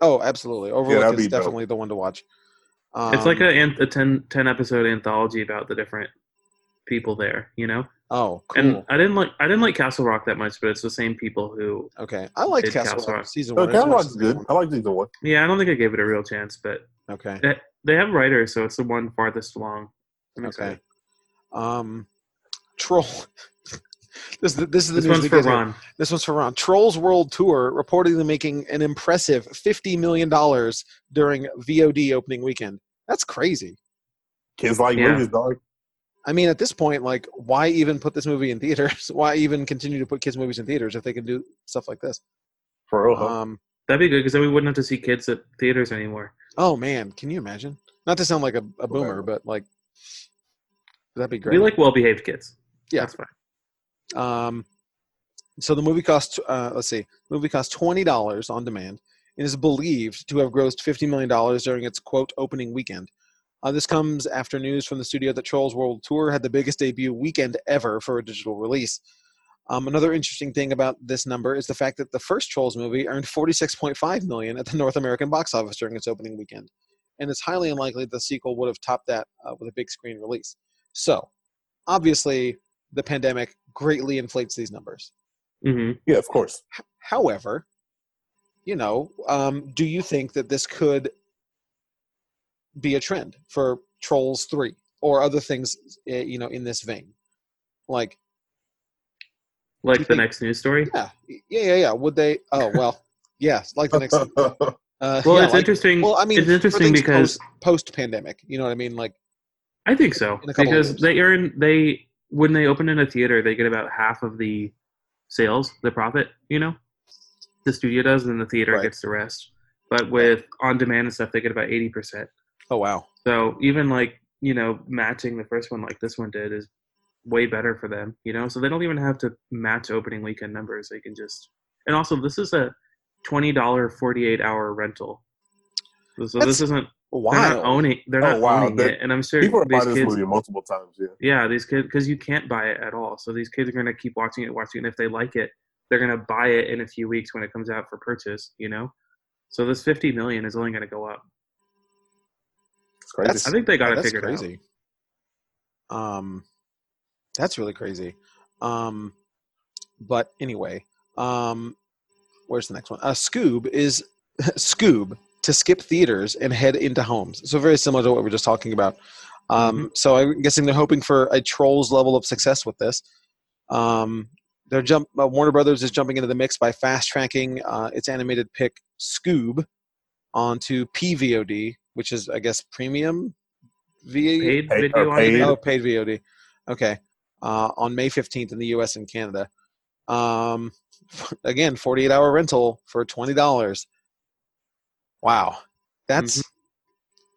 Oh, absolutely. Overlook that'd is be dope. definitely the one to watch. it's like Um, a, an- a 10, 10 episode anthology about the different people there. You know. oh, cool. And I didn't like I didn't like Castle Rock that much, but it's the same people who. okay, I liked did Castle Castle Rock Rock. season No, one. as much Oh, Catalog's as good. season I like the one. Yeah, I don't think I gave it a real chance, but one. Okay, they, they have writers, so it's the one farthest along. I'm okay. excited. Um, Troll. this is the, this is the This news one's that for gives me- Ron. This one's for Ron. Trolls World Tour reportedly making an impressive fifty million dollars during VOD opening weekend. That's crazy. Kids like Yeah. movies, dog. I mean, at this point, like, why even put this movie in theaters? Why even continue to put kids' movies in theaters if they can do stuff like this? For real. huh? Uh, Um, That'd be good because then we wouldn't have to see kids at theaters anymore. Oh man, can you imagine? Not to sound like a, a boomer, but like that'd be We great. like well-behaved kids. Yeah. that's fine. um, so the movie cost uh, let's see, the movie cost twenty dollars on demand and is believed to have grossed fifty million dollars during its quote opening weekend. Uh, this comes after news from the studio that Trolls World Tour had the biggest debut weekend ever for a digital release. Um, another interesting thing about this number is the fact that the first Trolls movie earned 46.5 million at the North American box office during its opening weekend, and it's highly unlikely the sequel would have topped that uh, with a big screen release. So, obviously, the pandemic greatly inflates these numbers. hmm yeah, of course. However, you know, um, do you think that this could be a trend for Trolls Three or other things, eh, you know, in this vein? Like, Like Do you the think- next news story. yeah, yeah, yeah, yeah. Would they? Oh well, yes. Like the next. Uh, Well, yeah, it's like- interesting. Well, I mean, it's for interesting things because post pandemic, you know what I mean? Like, I think so in a couple of because years. they earn they when they open in a theater they get about half of the sales the profit you know the studio does and the theater Right. gets the rest but with on demand and stuff they get about 80% oh wow, so even like you know matching the first one like this one did is way better for them you know so they don't even have to match opening weekend numbers they can just and also this is a $20 48 hour rental so That's this isn't they're wild. not owning they're Oh, not wow. owning They're- it and i'm sure People are buying these this kids movie multiple times. Yeah. yeah, these kids because you can't buy it at all. So these kids are gonna keep watching it, watching it. And if they like it, they're gonna buy it in a few weeks when it comes out for purchase. You know, so this fifty million is only gonna go up. It's crazy. That's- I think they got Yeah, it that's figured out. crazy. Um, that's really crazy. Um, but anyway, um, where's the next one? Uh, Scoob is Scoob to skip theaters and head into homes. So very similar to what we were just talking about. Um, So I'm guessing they're hoping for a Trolls level of success with this. Um, they're jump. Uh, Warner Brothers is jumping into the mix by fast tracking uh, its animated pick Scoob onto PVOD, which is I guess premium VOD Paid Hey, video uh, on paid- Oh, demand. paid VOD. Okay. Uh, on May 15th in the US and Canada. Um, again, 48 hour rental for $20. Wow. That's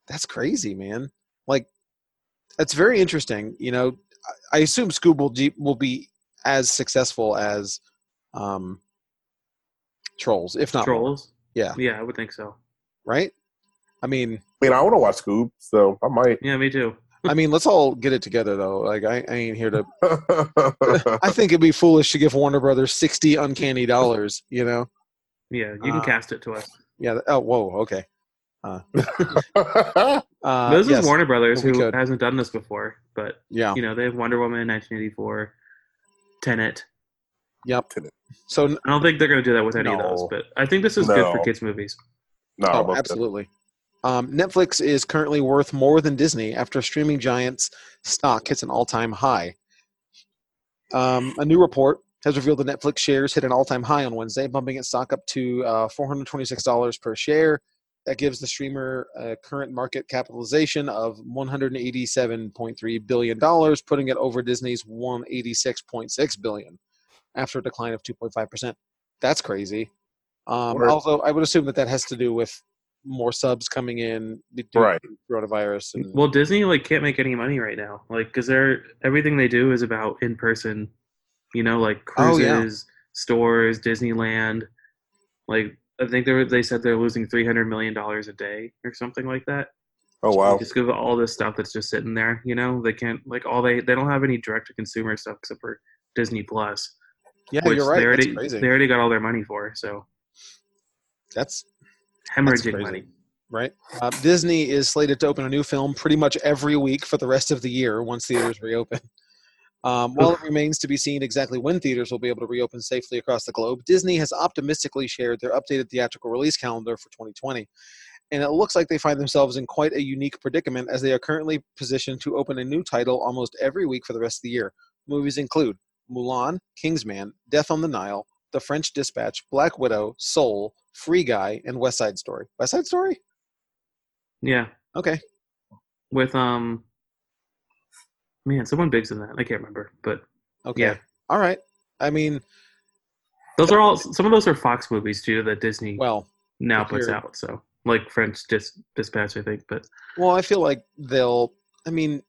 that's crazy, man. Like that's very interesting, you know. I- I assume Scoob will, de- will be as successful as um, Trolls, if not more. Trolls. Yeah, Yeah, I would think so. right? I mean, I mean, I want to watch Scoob, so I might. Yeah, me too. I mean, let's all get it together though. Like I, I ain't here to I I think it'd be foolish to give Warner Brothers sixty uncanny dollars. You know? Yeah, you can Uh, cast it to us. Yeah. Oh, whoa. Okay. Oh, Uh, this yes, is Warner Brothers, we who could. hasn't done this before, but Yeah. you know they have Wonder Woman, 1984, Tenet. So n- I don't think they're gonna do that with any of those, No. but I think this is good No. for kids' movies. No, Oh, most definitely. absolutely. Um, Netflix is currently worth more than Disney after streaming giants' stock hits an all-time high. Um, a new report has revealed that Netflix shares hit an all-time high on Wednesday, bumping its stock up to uh, $426 per share. That gives the streamer a current market capitalization of $187.3 billion, putting it over Disney's $186.6 billion after a decline of 2.5%. That's crazy. Um, Word. although I would assume that that has to do with more subs coming in due to Right. coronavirus. And, Well, Disney like can't make any money right now, like because they're everything they do is about in person, you know, like Oh, cruises, yeah. stores, Disneyland. Like I think they were, they said they're losing three hundred million dollars a day or something like that. Oh wow. Just give all this stuff that's just sitting there, you know, they can't like all they they don't have any direct to consumer stuff except for Disney Plus, yeah, which you're right. they That's already crazy. they already got all their money for, so That's hemorrhaging crazy. money. right? Uh, Disney is slated to open a new film pretty much every week for the rest of the year once theaters reopen. Um, while it remains to be seen exactly when theaters will be able to reopen safely across the globe, Disney has optimistically shared their updated theatrical release calendar for 2020. And it looks like they find themselves in quite a unique predicament as they are currently positioned to open a new title almost every week for the rest of the year. Movies include Mulan, Kingsman, Death on the Nile, The French Dispatch, Black Widow, Soul, Free Guy, and West Side Story. West Side Story? Yeah, Okay. with um, man, someone big's in that. I can't remember, but Okay. Yeah. All right. I mean, Those are all. Some of those are Fox movies too that Disney well, now puts here- out. So like French Dis- Dispatch, I think. But well, I feel like they'll. I mean,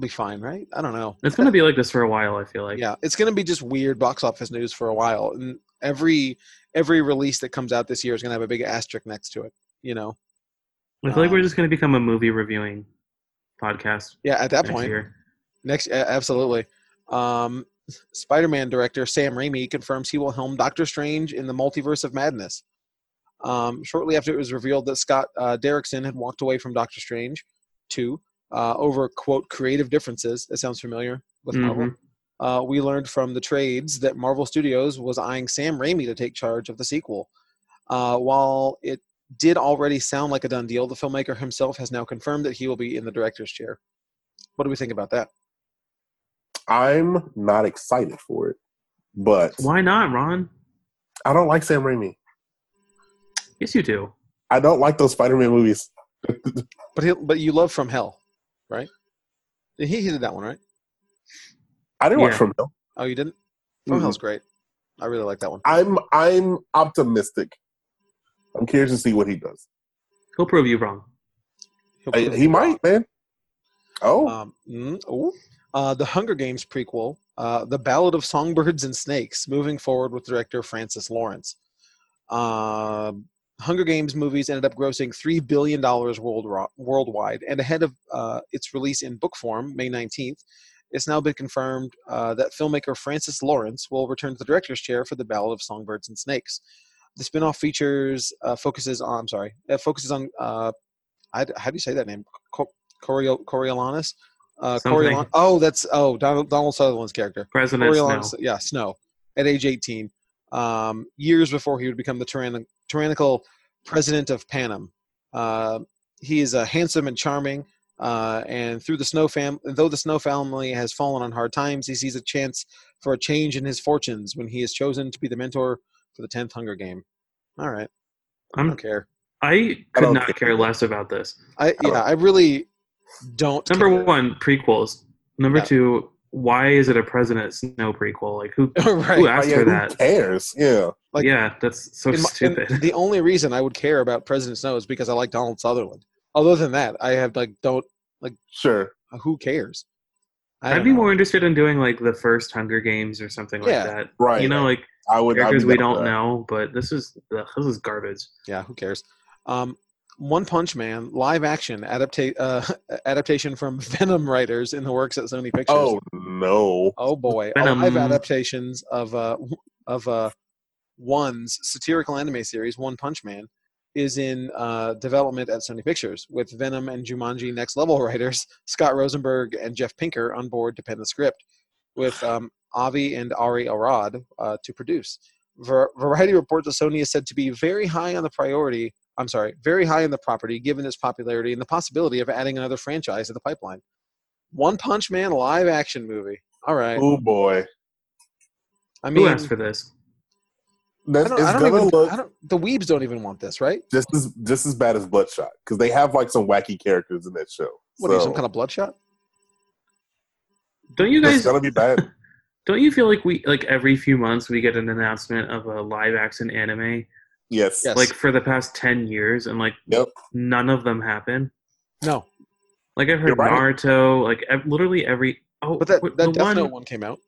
be fine, right? I don't know. it's gonna be like this for a while. I feel like. yeah, it's gonna be just weird box office news for a while, and every every release that comes out this year is gonna have a big asterisk next to it. You know? I feel like we're Um, just gonna become a movie reviewing podcast Yeah. At that next point, year. Next, a- absolutely. Um, Spider-Man director Sam Raimi confirms he will helm Doctor Strange in the Multiverse of Madness. Um, shortly after it was revealed that Scott uh, Derrickson had walked away from Doctor Strange, two uh, over quote creative differences. That sounds familiar with Marvel. Mhm. Uh, we learned from the trades that Marvel Studios was eyeing Sam Raimi to take charge of the sequel. Uh, while it did already sound like a done deal, the filmmaker himself has now confirmed that he will be in the director's chair. What do we think about that? I'm not excited for it, but Why not, Ron? I don't like Sam Raimi. Yes, you do. I don't like those Spider-Man movies. But he, but you love From Hell, right? He, he did that one, right? I didn't watch Yeah. From Hell. Oh, you didn't. From Mhm. Hell's great. I really like that one. I'm I'm optimistic. I'm curious to see what he does. He'll prove you wrong. He'll I- prove he you might, man. Oh, wrong. Um, mm, ooh. Uh, the Hunger Games prequel, uh, The Ballad of Songbirds and Snakes, moving forward with director Francis Lawrence. Um Hunger Games movies ended up grossing three billion dollars world worldwide, and ahead of uh, its release in book form, May nineteenth, it's now been confirmed uh, that filmmaker Francis Lawrence will return to the director's chair for The Ballad of Songbirds and Snakes. The spin-off features uh, focuses on I'm sorry, it focuses on uh, I, how do you say that name? Co- Corio- Coriolanus. Uh, Something. Coriolan- oh, that's oh Donald, Donald Sutherland's character. President Snow. Coriolanus- yeah, Snow, at age 18, um, years before he would become the tyrann- tyrannical president of Panem. Uh, he is uh, handsome and charming, uh, and through the Snow fam- though the Snow family has fallen on hard times, he sees a chance for a change in his fortunes when he is chosen to be the mentor for the 10th Hunger Game. All right, I I'm, don't care. I I could don't not care. care less about this. I don't- yeah, I really don't. Oh. Number care. one, prequels. Number Yeah. two, why is it a President Snow prequel? Like who? right. Who asked yeah, for who that? cares? Yeah, Like- yeah, that's so In my- in- stupid. the only reason I would care about President Snow is because I like Donald Sutherland. Other than that, I have like don't sure. who cares? I I'd don't be know. more interested in doing like the first Hunger Games or something Yeah, like that. Right. You know, like I would. I'd characters be we down for don't that. know, but this is ugh, this is garbage. yeah, who cares? Um, One Punch Man live action adapta- uh, adaptation from Venom writers in the works at Sony Pictures. Oh no. Oh, boy, Venom. live adaptations of uh, of uh, one's satirical anime series One Punch Man is in uh, development at Sony Pictures with Venom and Jumanji Next Level writers Scott Rosenberg and Jeff Pinker on board to pen the script, with um, Avi and Ari Arad uh, to produce. Var- Variety reports that Sony is said to be very high on the priority. I'm sorry, very high on the property given its popularity and the possibility of adding another franchise to the pipeline. One Punch Man live action movie. All right. Oh boy, I Who mean, asked for this? I that's don't, it's I don't gonna even. look I don't, the weebs don't even want this, right? just as just as bad as Bloodshot because they have like some wacky characters in that show. What are you, some kind of bloodshot? Don't you it's guys gonna be bad. don't you feel like we like every few months we get an announcement of a live action anime yes. Yes. like for the past 10 years and like Yep. none of them happen? No, Like I've heard You're right. Naruto, like ev- literally every oh but that what- that the Death one, Note one came out.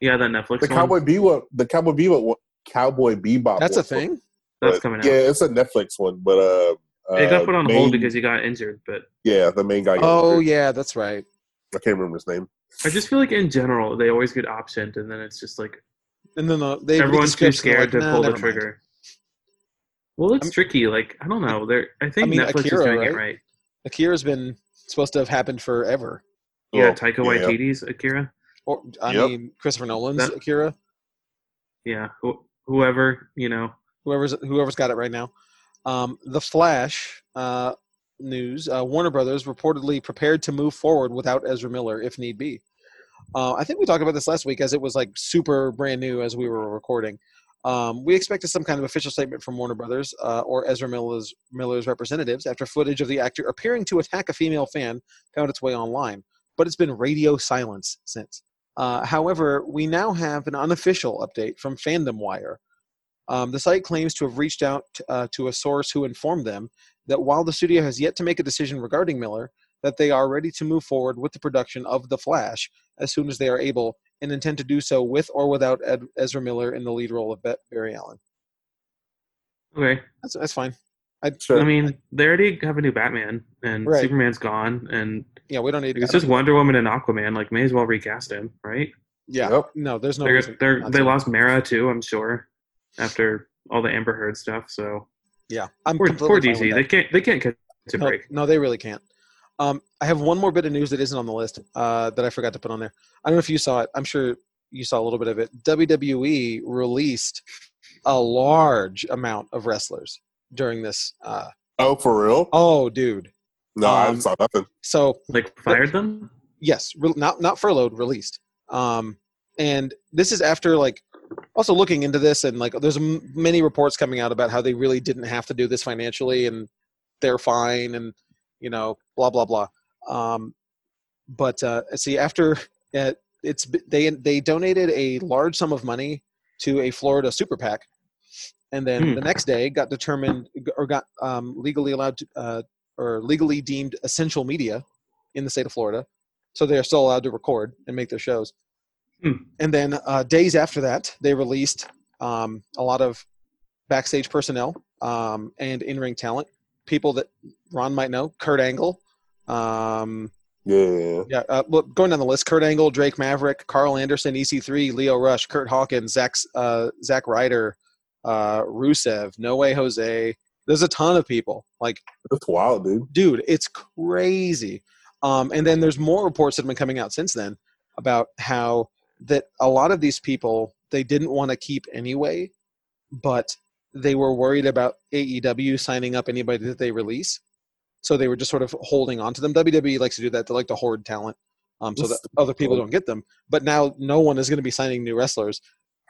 yeah that Netflix The one Cowboy Bebop, the Cowboy Bebop, one- Cowboy Bebop. That's a one, thing. that's but- coming out. Yeah, it's a Netflix one, but uh, uh it got put on main- hold because he got injured, but yeah, the main guy. got Oh injured. yeah, that's right. I can't remember his name. I just feel like in general they always get optioned and then it's just like And then the, they read the everyone's too description, they're scared like, to "Nah, pull the never mind." trigger. Well, it's I'm- tricky. Like I don't know. They're I think I mean, Netflix Akira, is doing right? it right. Akira's been supposed to have happened forever. Yeah, Oh, Taika yeah. Waititi's Akira. Or I Yep. mean, Christopher Nolan's That- Akira. Yeah, who whoever you know. Whoever's whoever's got it right now. Um, the Flash uh, news: uh, Warner Brothers reportedly prepared to move forward without Ezra Miller if need be. Uh, I think we talked about this last week as it was like super brand new as we were recording. Um, we expected some kind of official statement from Warner Brothers uh, or Ezra Miller's, Miller's representatives after footage of the actor appearing to attack a female fan found its way online, but it's been radio silence since. Uh, however, we now have an unofficial update from Fandom Wire. Um, the site claims to have reached out uh, to a source who informed them that while the studio has yet to make a decision regarding Miller, that they are ready to move forward with the production of The Flash as soon as they are able and intend to do so with or without Ed, Ezra Miller in the lead role of Bet, Barry Allen. Okay, That's, that's fine. Sure. I mean they already have a new Batman and Right. Superman's gone, and Yeah, we don't need to. it's just Wonder Woman and Aquaman. Like may as well recast him, right? yeah. Yep. No, there's no they're, reason. they're, not they to. lost Mara too, I'm sure, after all the Amber Heard stuff. So Yeah. I'm poor, completely poor fine with DC. that. They can't they can't catch a no, break. no, they really can't. Um, I have one more bit of news that isn't on the list uh, that I forgot to put on there. I don't know if you saw it. I'm sure you saw a little bit of it. WWE released a large amount of wrestlers during this. Uh, Oh, for real? oh, dude. no, I um, saw nothing. So Like fired them. yes re- not not furloughed released um and this is after like also looking into this and like there's m- many reports coming out about how they really didn't have to do this financially and they're fine and you know blah blah blah um but uh see after uh, it's b- they they donated a large sum of money to a Florida super PAC and then Hmm. the next day got determined or got um legally allowed to, uh or legally deemed essential media in the state of Florida so they are still allowed to record and make their shows. Hmm. And then uh, days after that, they released um, a lot of backstage personnel um, and in-ring talent, people that Ron might know, Kurt Angle. Um, Yeah. yeah, uh, well, going down the list: Kurt Angle, Drake Maverick, Carl Anderson, EC3, Leo Rush, Kurt Hawkins, Zach uh, Zach Ryder, uh, Rusev, No Way Jose. There's a ton of people. Like That's wild, dude. dude it's crazy um, and then there's more reports that have been coming out since then about how that a lot of these people they didn't want to keep anyway but they were worried about aew signing up anybody that they release so they were just sort of holding on to them wwe likes to do that they like to hoard talent um, so that That's other people cool. don't get them but now no one is going to be signing new wrestlers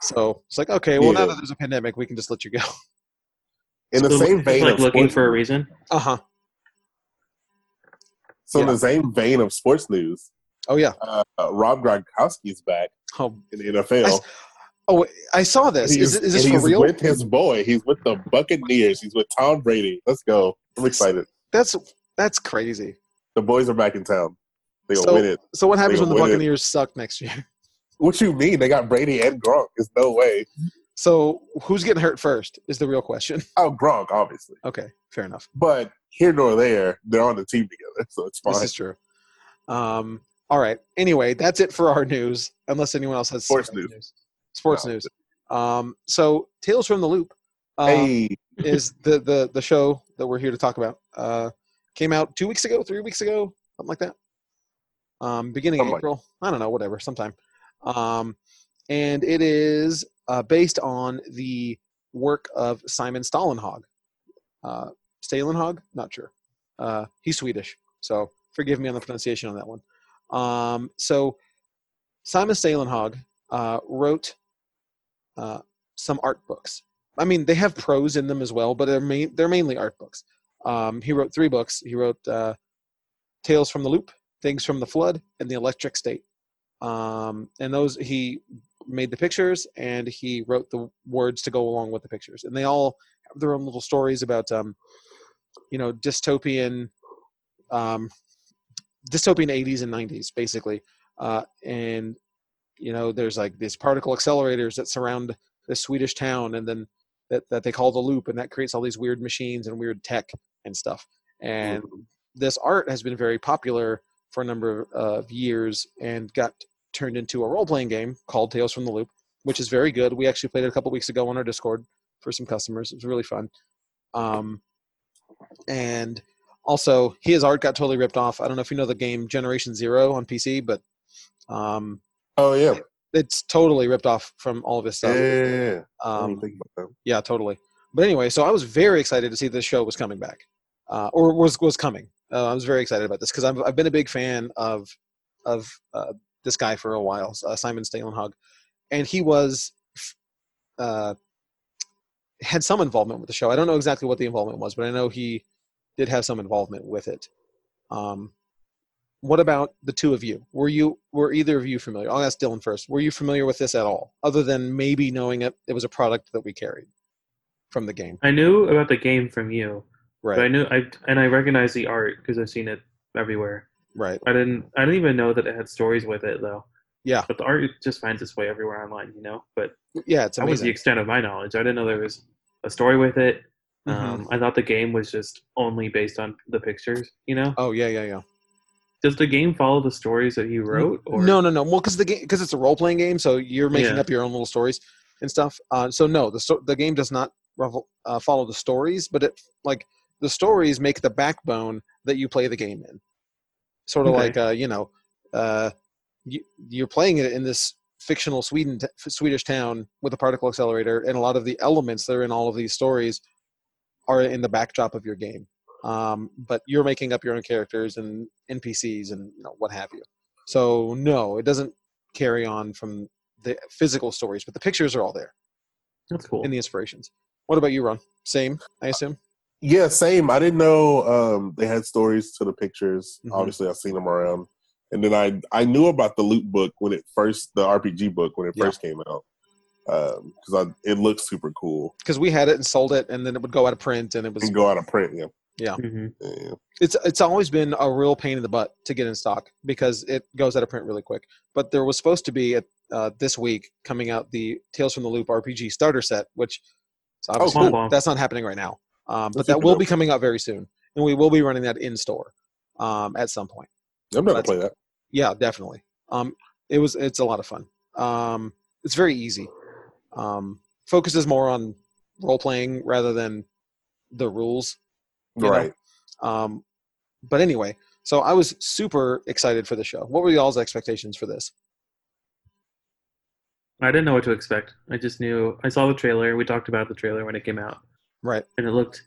so it's like okay well now Yeah. that there's a pandemic we can just let you go In the So, same it's vein like of looking sports for a reason. uh-huh So in the same vein of sports news, oh yeah uh, uh, Rob Gronkowski's back oh, in the NFL. I- oh i saw this is, He's- is this and for he's real with his boy. He's with the Buccaneers. He's with Tom Brady. Let's go. I'm excited. That's that's crazy. The boys are back in town. They gonna So- win it. So what happens when the gonna win it. Buccaneers suck next year? What you mean? They got Brady and Gronk. There's no way. So who's getting hurt first is the real question. Oh, Gronk, obviously. Okay, fair enough. But here nor there, they're on the team together, so it's This fine. is true. Um, all right. Anyway, that's it for our news. Unless anyone else has Sports some other news. Sports No. news. Um, so Tales from the Loop um, hey, is the, the the show that we're here to talk about. Uh, came out two weeks ago, three weeks ago, something like that. Um, beginning of Something like- April. I don't know, whatever, sometime. Um, and it is uh, based on the work of Simon Stalenhag. Uh, Stalenhag? Not sure. Uh, he's Swedish, so forgive me on the pronunciation on that one. Um, so Simon Stalenhag uh, wrote uh, some art books. I mean, they have prose in them as well, but they're, main, they're mainly art books. Um, he wrote three books. He wrote uh, Tales from the Loop, Things from the Flood, and The Electric State. Um, and those he made the pictures and he wrote the words to go along with the pictures. And they all have their own little stories about, um, you know, dystopian, um, dystopian 80s and 90s, basically. Uh, and you know, there's like these particle accelerators that surround the Swedish town, and then that, that they call the loop, and that creates all these weird machines and weird tech and stuff. And Mm-hmm. this art has been very popular for a number of years and got turned into a role playing game called Tales from the Loop, which is very good. We actually played it a couple weeks ago on our Discord for some customers. It was really fun. Um, and also, his art got totally ripped off. I don't know if you know the game Generation Zero on PC, but um, Oh yeah, it's totally ripped off from all of his yeah. stuff. yeah, yeah, yeah. I didn't Um, think about that. yeah, totally. But anyway, so I was very excited to see this show was coming back, uh, or was was coming. Uh, I was very excited about this because I've I've been a big fan of of uh, this guy for a while, uh, Simon Stalenhag, and he was uh, had some involvement with the show. I don't know exactly what the involvement was, but I know he did have some involvement with it. Um, what about the two of you? Were you were either of you familiar? I'll ask Dylan first. Were you familiar with this at all, other than maybe knowing it, it was a product that we carried from the game? I knew about the game from you, Right, but I knew I and I recognized the art because I've seen it everywhere. right. I didn't I didn't even know that it had stories with it though. Yeah. But the art just finds its way everywhere online, you know. But Yeah, it's that was the amazing. extent of my knowledge. I didn't know there was a story with it. Mhm. Um, I thought the game was just only based on the pictures. You know, Oh yeah, yeah, yeah. does the game follow the stories that you wrote? Or No, no, no. Well, because the game, because it's a role playing game, so you're making Yeah. up your own little stories and stuff. Uh, so no, the sto- the game does not revel- uh, follow the stories, but it like the stories make the backbone that you play the game in. Sort of Okay. like uh, you know, uh, you, you're playing it in this fictional Sweden t- Swedish town with a particle accelerator, and a lot of the elements that are in all of these stories are in the backdrop of your game. Um, but you're making up your own characters and NPCs and you know, what have you. So no, it doesn't carry on from the physical stories, but the pictures are all there that's cool. and the inspirations. What about you, Ron? Same, I assume. Yeah, same. I didn't know um, they had stories to the pictures. Mhm. Obviously, I've seen them around, and then I I knew about the loot book when it first the RPG book when it Yeah. first came out because I it looked super cool Because we had it and sold it, and then it would go out of print, and it was and go out of print. Yeah, hmm yeah. it's it's always been a real pain in the butt to get in stock because it goes out of print really quick. But there was supposed to be at uh, this week coming out the Tales from the Loop RPG starter set, which it's obviously cool. that's not happening right now, um, but That's that super will dope. be coming out very soon, and we will be running that in store um, at some point. I'm not gonna That's- play that. Yeah, definitely. Um, it was it's a lot of fun. Um, it's very easy. Um, focuses more on role playing rather than the rules you know. Right. um, but anyway, so I was super excited for the show. What were y'all's expectations for this? I didn't know what to expect. I just knew I saw the trailer. We talked about the trailer when it came out, Right. and it looked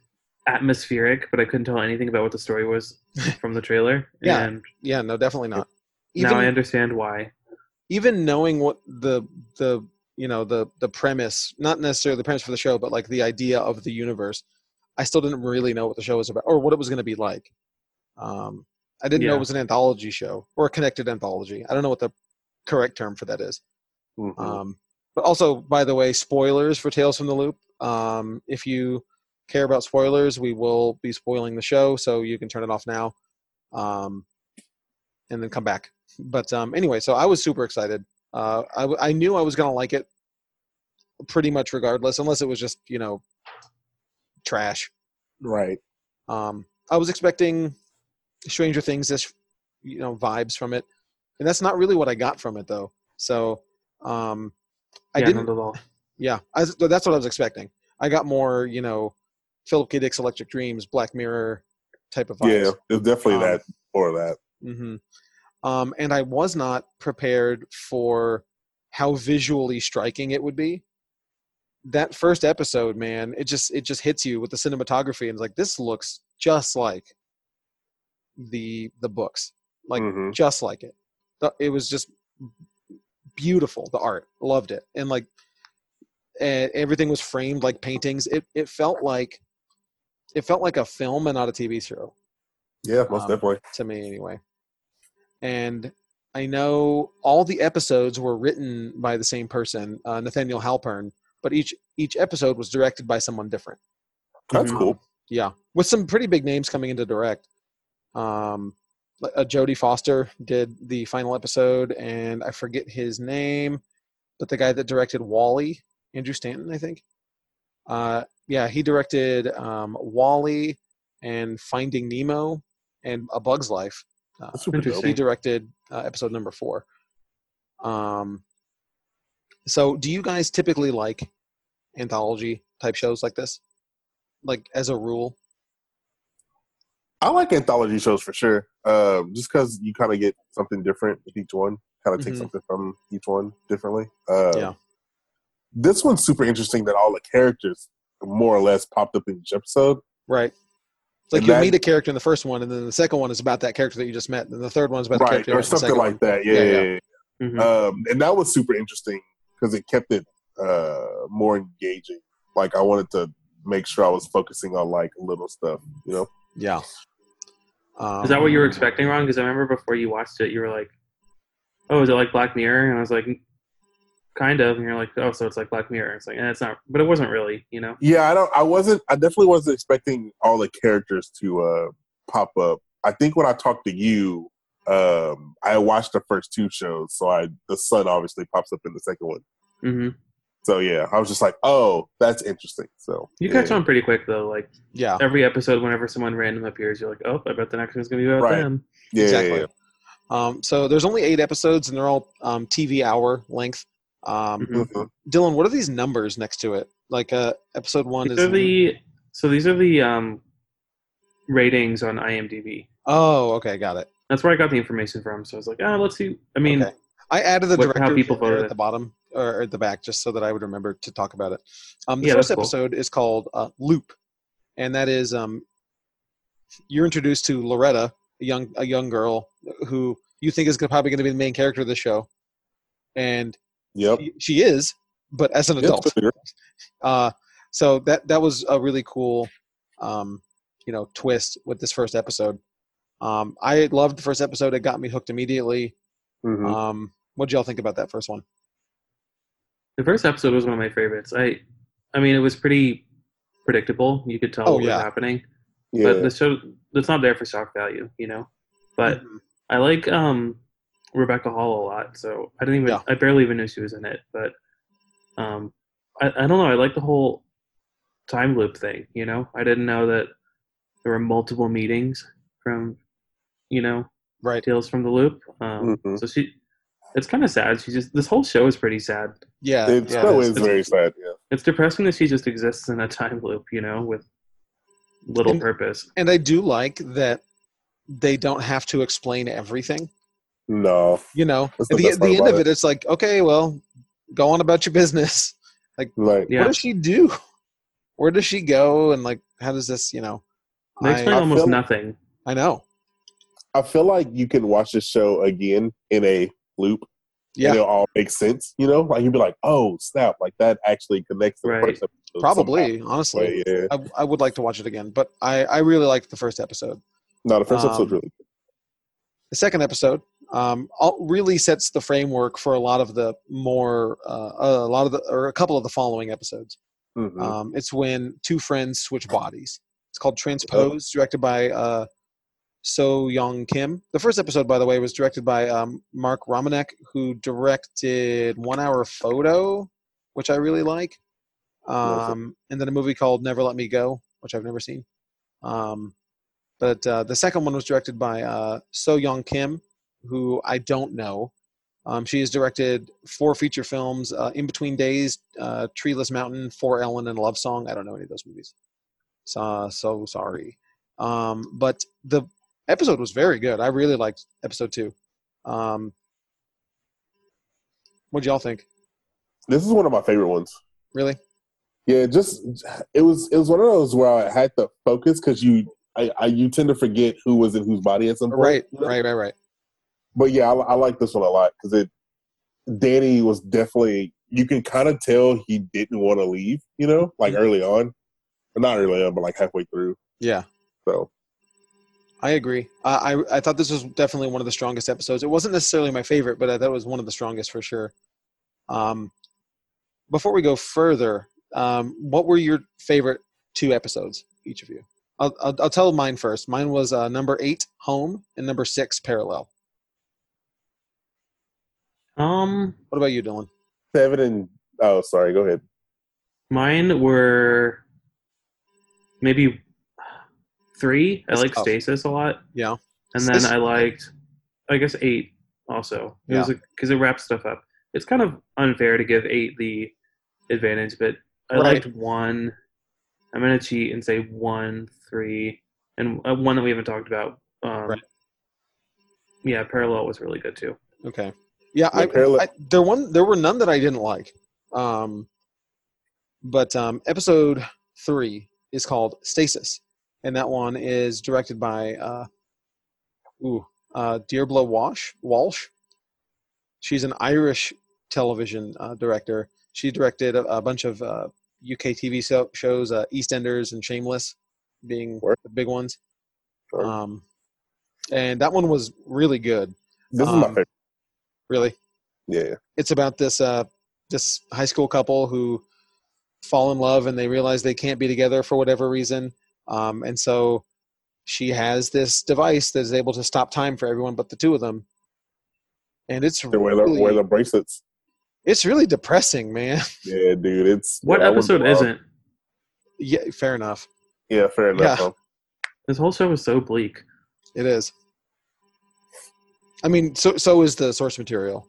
atmospheric, but I couldn't tell anything about what the story was from the trailer. Yeah. And Yeah. No, definitely not. Even now I understand why. even knowing what the the you know the the premise, not necessarily the premise for the show, but like the idea of the universe, I still didn't really know what the show was about or what it was going to be like. Um, I didn't know Yeah. it was an anthology show or a connected anthology. I don't know what the correct term for that is. Mhm. Um, but also, by the way, spoilers for Tales from the Loop. Um, if you care about spoilers, we will be spoiling the show, so you can turn it off now, um, and then come back. But um, anyway, so I was super excited. Uh, I, w- I knew I was gonna like it, pretty much regardless, unless it was just you know trash. Right. Um, I was expecting Stranger Things ish, you know, vibes from it, and that's not really what I got from it though. So um, I yeah, didn't not at all. yeah, I, was- that's what I was expecting. I got more, you know, Philip K. Dick's Electric Dreams, Black Mirror type of Yeah, vibes. it's definitely Um, that or that. hmm Um, and I was not prepared for how visually striking it would be. that first episode, man, it just it just hits you with the cinematography and it's like this looks just like the the books, like Mhm. just like it. The- It was just beautiful. The art, loved it, and like eh, everything was framed like paintings. It it felt like it felt like a film and not a TV show Yeah, most Um, definitely. to me anyway. And I know all the episodes were written by the same person, uh, Nathaniel Halpern, but each each episode was directed by someone different. That's mm-hmm. Mhm. cool. Yeah, with some pretty big names coming into direct. Um, like, uh, Jodie Foster did the final episode, and I forget his name, but the guy that directed Wally, Andrew Stanton, I think. Uh, yeah, he directed um, Wally and Finding Nemo and A Bug's Life That's super dope. he Interesting. directed uh, episode number four. Um, so do you guys typically like anthology type shows like this? Like as a rule? I like anthology shows for sure. Um, just because you kind of get something different with each one, kind of take Mhm. something from each one differently. Uh, Yeah. This one's super interesting that all the characters more or less popped up in each episode. Right. It's like And you that- meet a character in the first one, and then the second one is about that character that you just met, and the third one is about the right character you or met in the something second like one. that yeah, Yeah, yeah. yeah, Mm-hmm. yeah, Mhm. yeah. Um, and that was super interesting because it kept it uh, more engaging like i wanted to make sure i was focusing on like little stuff you know Yeah. Um, Is that what you were expecting, Ron? Because I remember before you watched it, you were like, "Oh, is it like Black Mirror?" And I was like, "Kind of." And you're like, "Oh, so it's like Black Mirror." It's like, eh, it's not, but it wasn't really, you know. yeah i don't i wasn't i definitely wasn't expecting all the characters to uh, pop up i think when i talked to you um, i watched the first two shows so i the sun obviously pops up in the second one hmm so yeah i was just like oh that's interesting so You catch yeah. on pretty quick though. Like Yeah. every episode, whenever someone random appears, you're like, "Oh, I bet the next one's gonna be about Right. them." yeah, exactly. yeah, yeah. Um, so there's only eight episodes, and they're all um, TV hour length. Um, Mhm. Mhm. Dylan, what are these numbers next to it? Like uh, episode one These is. are the so these are the um, ratings on IMDb. oh, okay, got it. That's where I got the information from. So I was like, "Ah, let's see." I mean, Okay. I added the What- how director people there voted. at the bottom or at the back just so that I would remember to talk about it. Um, the Yeah, first that's cool. episode is called uh, Loop, and that is um, you're introduced to Loretta, a young a young girl who you think is gonna, probably going to be the main character of the show, and yep she, she is, but as an Mm-hmm. Yeah, adult. it's pretty- Uh, so that that was a really cool, um, you know, twist with this first episode. Um, I loved the first episode; it got me hooked immediately. mhm. Um, what would y'all think about that first one? the first episode was one of my favorites. I, I mean, it was pretty predictable. You could tell Oh, what yeah. was happening. yeah. but the show that's not there for shock value, you know. But Mm-hmm. Mhm. I like um, Rebecca Hall a lot, so I didn't even Yeah. I barely even knew she was in it. But um, I, I don't know. I like the whole time loop thing, you know. I didn't know that there were multiple meetings from, you know, right. Tales from the Loop. Um, Mm-hmm. Mhm. So she, it's kind of sad. She just this whole show is pretty sad. Yeah, It yeah, still it is. is very sad. Yeah. It's depressing that she just exists in a time loop, you know, with little And- purpose. And I do like that they don't have to explain everything. No. You know, That's at the the, best the part end about of it, it's like, okay, well, go on about your business. Like Yeah. What does she do? Where does she go? And like, how does this? You know, They explain I I, almost feel- nothing. I know. I feel like you can watch this show again in a loop and Yeah, it'll all make sense, you know? Like you'd be like, Oh snap, like that actually connects to the Right. first episode probably. somehow. Honestly, But, yeah. I, I would like to watch it again, but I I really liked the first episode. No, the first Um, episode's really the second episode um, all- really sets the framework for a lot of the more uh, a lot of the or a couple of the following episodes. good. Mhm. Um, it's when two friends switch bodies. It's called Transpose, directed by uh, So Young Kim. The first episode, by the way, was directed by um, Mark Romanek, who directed One Hour Photo, which I really like, um, and then a movie called Never Let Me Go, which I've never seen. Um, but uh, the second one was directed by uh, So Young Kim, who I don't know. Um, she has directed four feature films: uh, In Between Days, uh, Treeless Mountain, For Ellen, and Love Song. I don't know any of those movies. So, so sorry. Um, but the episode was very good. I really liked episode two. Um, what'd y'all think? This is one of my favorite ones. Really? Yeah, just it was it was one of those where I had to focus because you I, I you tend to forget who was in whose body at some point. Right, you know? right, right, right. But yeah, I, I like this one a lot because it Danny was definitely you can kind of tell he didn't want to leave. You know, like early on, but not early on, but like halfway through. Yeah, So I agree. I I, I thought this was definitely one of the strongest episodes. It wasn't necessarily my favorite, but I thought it was one of the strongest for sure. Um, before we go further, um, what were your favorite two episodes, each of you? I'll, I'll, I'll tell mine first. Mine was uh, number eight, Home, and number six, Parallel. Um, What about you, Dylan? seven and oh, sorry, go ahead. mine were maybe three. I It's like tough. Stasis a lot, Yeah, and then Stasis- I liked, I guess eight also. It was because it wraps stuff up. It's kind of unfair to give eight the advantage, but I Right. liked one. I'm gonna cheat and say one, three, and uh, one that we haven't talked about. Um, Right. Yeah, Parallel was really good too. Okay. Yeah, I, Yeah, Parallel- I there one there were none that I didn't like. Um but um episode 3 is called Stasis and that one is directed by uh ooh, uh Deirdre Walsh, Walsh. She's an Irish television uh, director. She directed a, a bunch of uh, UK TV so- shows, uh, EastEnders and Shameless being Word. the big ones. Word. Um and that one was really good. This is my Um, favorite. Really Yeah, it's about this uh this high school couple who fall in love and they realize they can't be together for whatever reason um and so she has this device that is able to stop time for everyone but the two of them and it's they wear the, really, wear the bracelets. it's really depressing man Yeah, dude, it's What that was episode wild. isn't? yeah fair enough Yeah, fair enough. Yeah. huh? This whole show is so bleak. it is i mean so so is the source material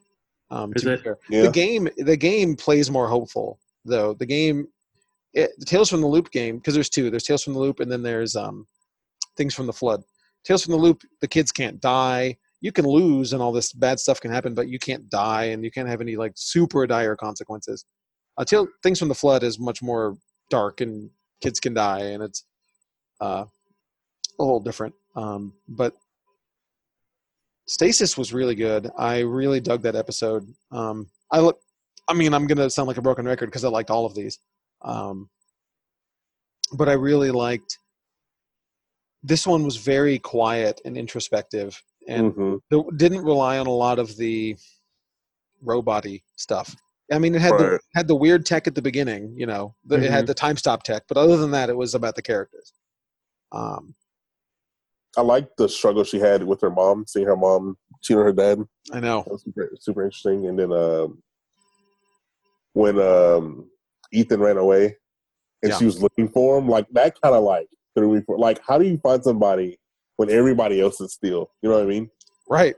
um Is to be it? fair. Yeah, the game the game plays more hopeful though the game it, the tales from the loop game because there's two there's tales from the loop and then there's um things from the flood tales from the loop the kids can't die you can lose and all this bad stuff can happen but you can't die and you can't have any like super dire consequences uh, Tale- things from the flood is much more dark and kids can die and it's uh a little different um but Stasis was really good. I really dug that episode. Um, I look, I mean, I'm gonna sound like a broken record because I liked all of these, um, but I really liked. This one was very quiet and introspective, and Mhm. there- didn't rely on a lot of the roboty stuff. I mean, it had the Right. had the weird tech at the beginning, you know, the, it had Mhm. the time stop tech, but other than that, it was about the characters. Um, I like the struggle she had with her mom, seeing her mom cheating on her dad. I know, That was super, super interesting. And then um, when um, Ethan ran away and Yeah. she was looking for him, like that kind of like threw me for like, how do you find somebody when everybody else is still? You know what I mean? right?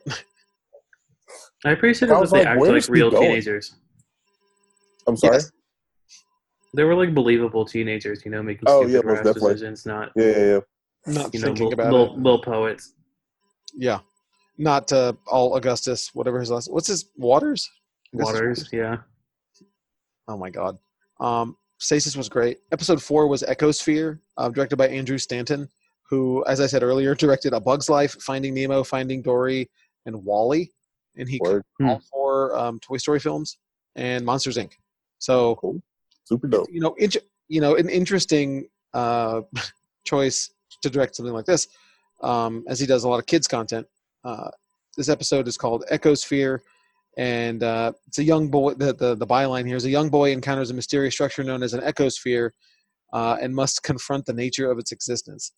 I appreciate I that was they like, act where like is he real going? teenagers. I'm sorry. Yes. They were like believable teenagers, you know, making Oh, yeah, stupid most rash definitely. decisions, not Yeah, yeah, yeah. Not you know thinking little, about it. little, little poets. Yeah. Not uh, all Augustus, whatever his last what's his Waters? Augustus Waters, yeah. Oh my god. Um Stasis was great. Episode four was Echosphere, uh, directed by Andrew Stanton, who, as I said earlier, directed A Bug's Life, Finding Nemo, Finding Dory, and Wally. And he Word. cooked all four um, Toy Story films and Monsters Inc. So Cool. Super dope. you know, int- you know, an interesting uh, choice to direct something like this, um, as he does a lot of kids content. Uh, this episode is called Echosphere, and uh, it's a young boy. The, the the byline here is a young boy encounters a mysterious structure known as an echosphere, uh, and must confront the nature of its existence.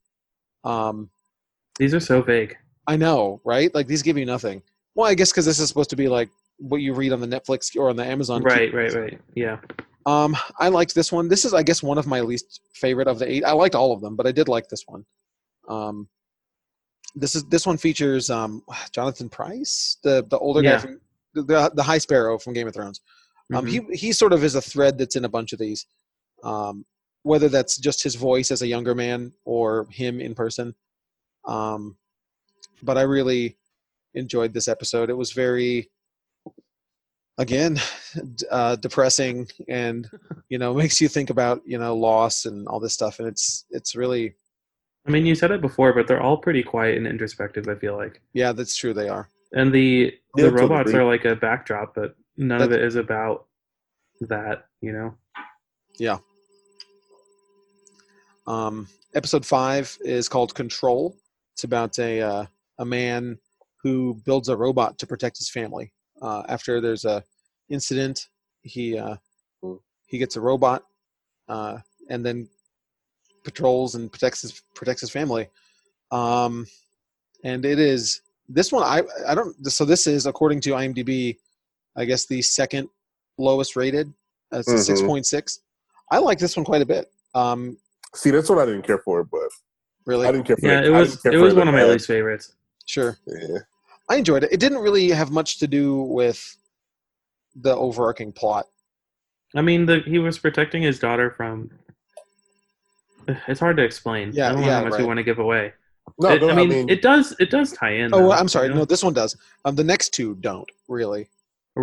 Um, These are so vague. I know, right? Like these give you nothing. Well, I guess because this is supposed to be like what you read on the Netflix or on the Amazon. Right, right, right. Yeah. Um, I liked this one. This is, I guess, one of my least favorite of the eight. I liked all of them, but I did like this one. Um, this is this one features um, Jonathan Price, the the older Yeah. guy from the- the the High Sparrow from Game of Thrones. Um, Mhm. He he sort of is a thread that's in a bunch of these. Um, whether that's just his voice as a younger man or him in person. Um, but I really enjoyed this episode. It was very again d- uh, depressing and you know makes you think about you know loss and all this stuff and it's it's really I mean, you said it before, but they're all pretty quiet and introspective. I feel like, yeah that's true they are and the Yeah, the to a robots degree. are like a backdrop, but none of it is about that. You know, um episode five is called control it's about a uh, a man who builds a robot to protect his family uh after there's a incident he uh he gets a robot uh and then patrols and protects his protects his family um and it is this one i i don't so this is according to imdb i guess the second lowest rated Uh, it's a Mhm. 6.6 i like this one quite a bit um See, that's what I didn't care for, but really I didn't care for yeah, that. it I was didn't care it for was that one of my bad. least favorites. Sure. Yeah. I enjoyed it. It didn't really have much to do with the overarching plot. I mean, the, he was protecting his daughter from. It's hard to explain. Yeah, I don't know yeah, how much we right. want to give away. No, It- no, I, mean, it does it does tie in. Oh, though, I'm sorry. you know? No, this one does. Um, the next two don't really.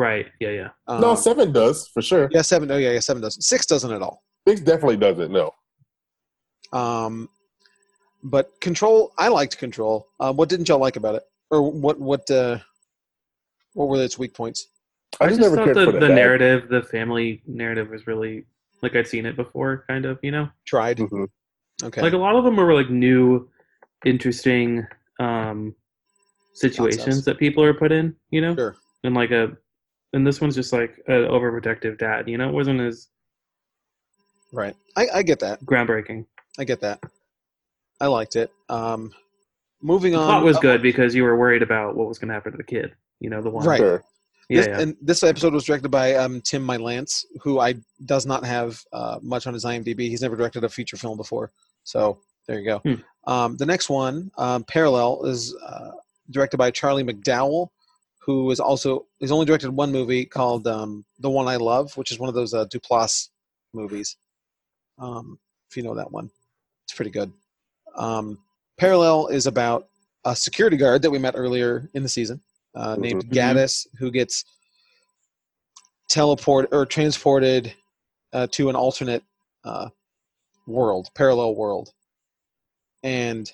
Right. Yeah. Yeah. Um, no, seven does for sure. yeah, seven. Oh, yeah, yeah, seven does. Six doesn't at all. Six definitely doesn't. No, Um, but control. I liked control. Uh, what didn't y'all like about it, or what? What? Uh, what were its weak points? I, I just, just, never thought cared the, for that. the bad. narrative, the family narrative, was really like I'd seen it before, kind of. You know, Tried. Mhm. Okay. like a lot of them were like new, interesting um situations Concepts. that people are put in. You know, Sure. and like a, and this one's just like an overprotective dad. You know, it wasn't as Right. I, I get that. groundbreaking. I get that. I liked it. Um, moving The on. plot was Oh, good because you were worried about what was going to happen to the kid. You know, the one. Right. Sure. Yeah. This- yeah. And this episode was directed by um, Tim Mylance, who I does not have uh, much on his IMDb. He's never directed a feature film before, so there you go. Hmm. Um, the next one, um, Parallel, is uh, directed by Charlie McDowell, who is also he's only directed one movie called um, The One I Love, which is one of those uh, Duplass movies. Um, if you know that one, it's pretty good. Um, Parallel is about a security guard that we met earlier in the season, uh, named Mhm. Mm-hmm. Gaddis, who gets teleported or transported uh, to an alternate uh, world, parallel world. And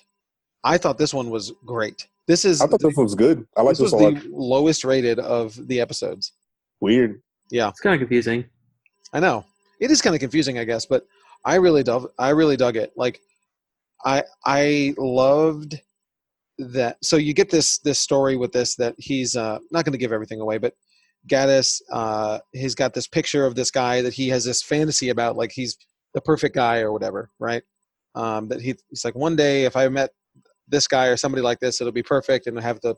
I thought this one was great. This is I thought this was good. I like this this was a lot. the lowest rated of the episodes. Weird. It's kind of confusing. I know it is kind of confusing, I guess, but I really dug. I really dug it. Like, I I loved that. So you get this this story with this that he's uh, not going to give everything away, but Gaddis, uh, he's got this picture of this guy that he has this fantasy about, like he's the perfect guy or whatever, right? Um, that he he's like one day if I met this guy or somebody like this, it'll be perfect and have the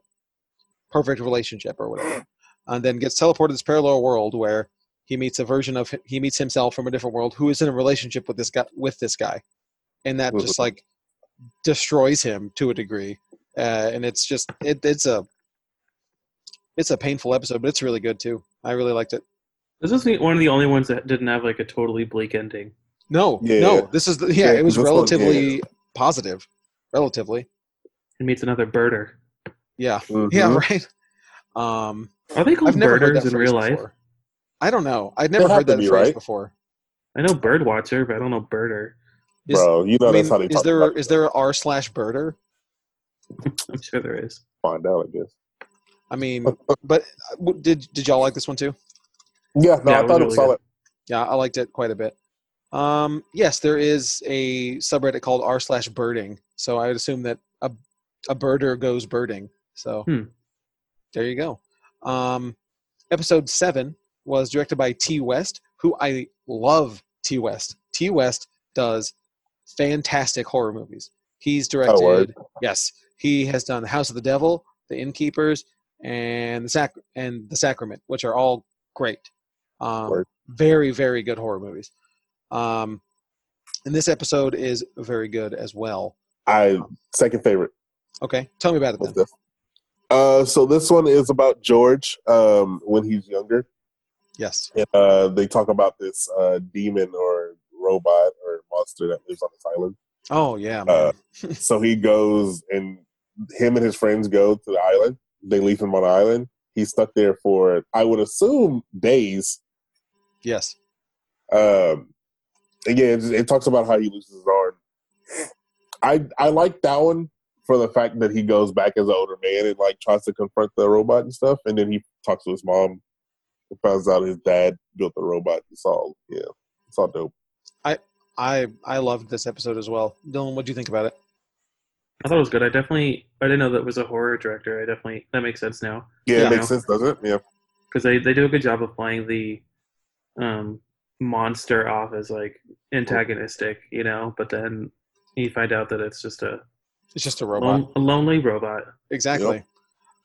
perfect relationship or whatever. And then gets teleported to this parallel world where he meets a version of he meets himself from a different world who is in a relationship with this guy with this guy, and that just Mhm. like destroys him to a degree. Uh, and it's just it, it's a it's a painful episode, but it's really good too. I really liked it. This is the- one of the only ones that didn't have like a totally bleak ending. No, Yeah. no, this is the, yeah, Yeah, it was this one, relatively positive, relatively, It meets another birder. yeah, Mhm. yeah, right. Um, Are they called I've never heard birders that in phrase real life? before. I don't know. I'd never They have heard to that be, phrase right? before. I know bird watcher, but I don't know birder. Is- Bro, you know I that's how they mean, is talk there about is there a r slash birder? I'm sure there is. find out, I guess. I mean, but uh, w- did did y'all like this one too? Yeah, no, Yeah, I it was thought it really was good. solid. Yeah, I liked it quite a bit. Um, yes, there is a subreddit called r slash birding, so I would assume that a a birder goes birding. So Hmm. there you go. Um, episode seven was directed by T West, who I love. T West. T West does fantastic horror movies. He's directed. Oh, word. yes, he has done The House of the Devil, The Innkeepers, and the Sac- and The Sacrament, which are all great. Um, Word. very, very good horror movies. Um, and this episode is very good as well. I second favorite. Okay, tell me about it was then. this. Uh, so this one is about George um, when he's younger. Yes. And, uh, they talk about this uh, demon or robot or monster that lives on this island. Oh yeah. Man. Uh, so he goes and him and his friends go to the island. They leave him on the island. He's stuck there for I would assume days. Yes. Um, and yeah, it, it talks about how he loses his arm. I I like that one for the fact that he goes back as an older man and like tries to confront the robot and stuff, and then he talks to his mom, and finds out his dad built the robot. It's all yeah, it's all dope. I I loved this episode as well. Dylan, what do you think about it? I thought it was good. I definitely I didn't know that was a horror director. I definitely that makes sense now Yeah, Yeah. it makes sense, doesn't it? Yeah, because they they do a good job of playing the um monster off as like antagonistic, you know. But then you find out that it's just a, It's just a robot. lon- a lonely robot. Exactly.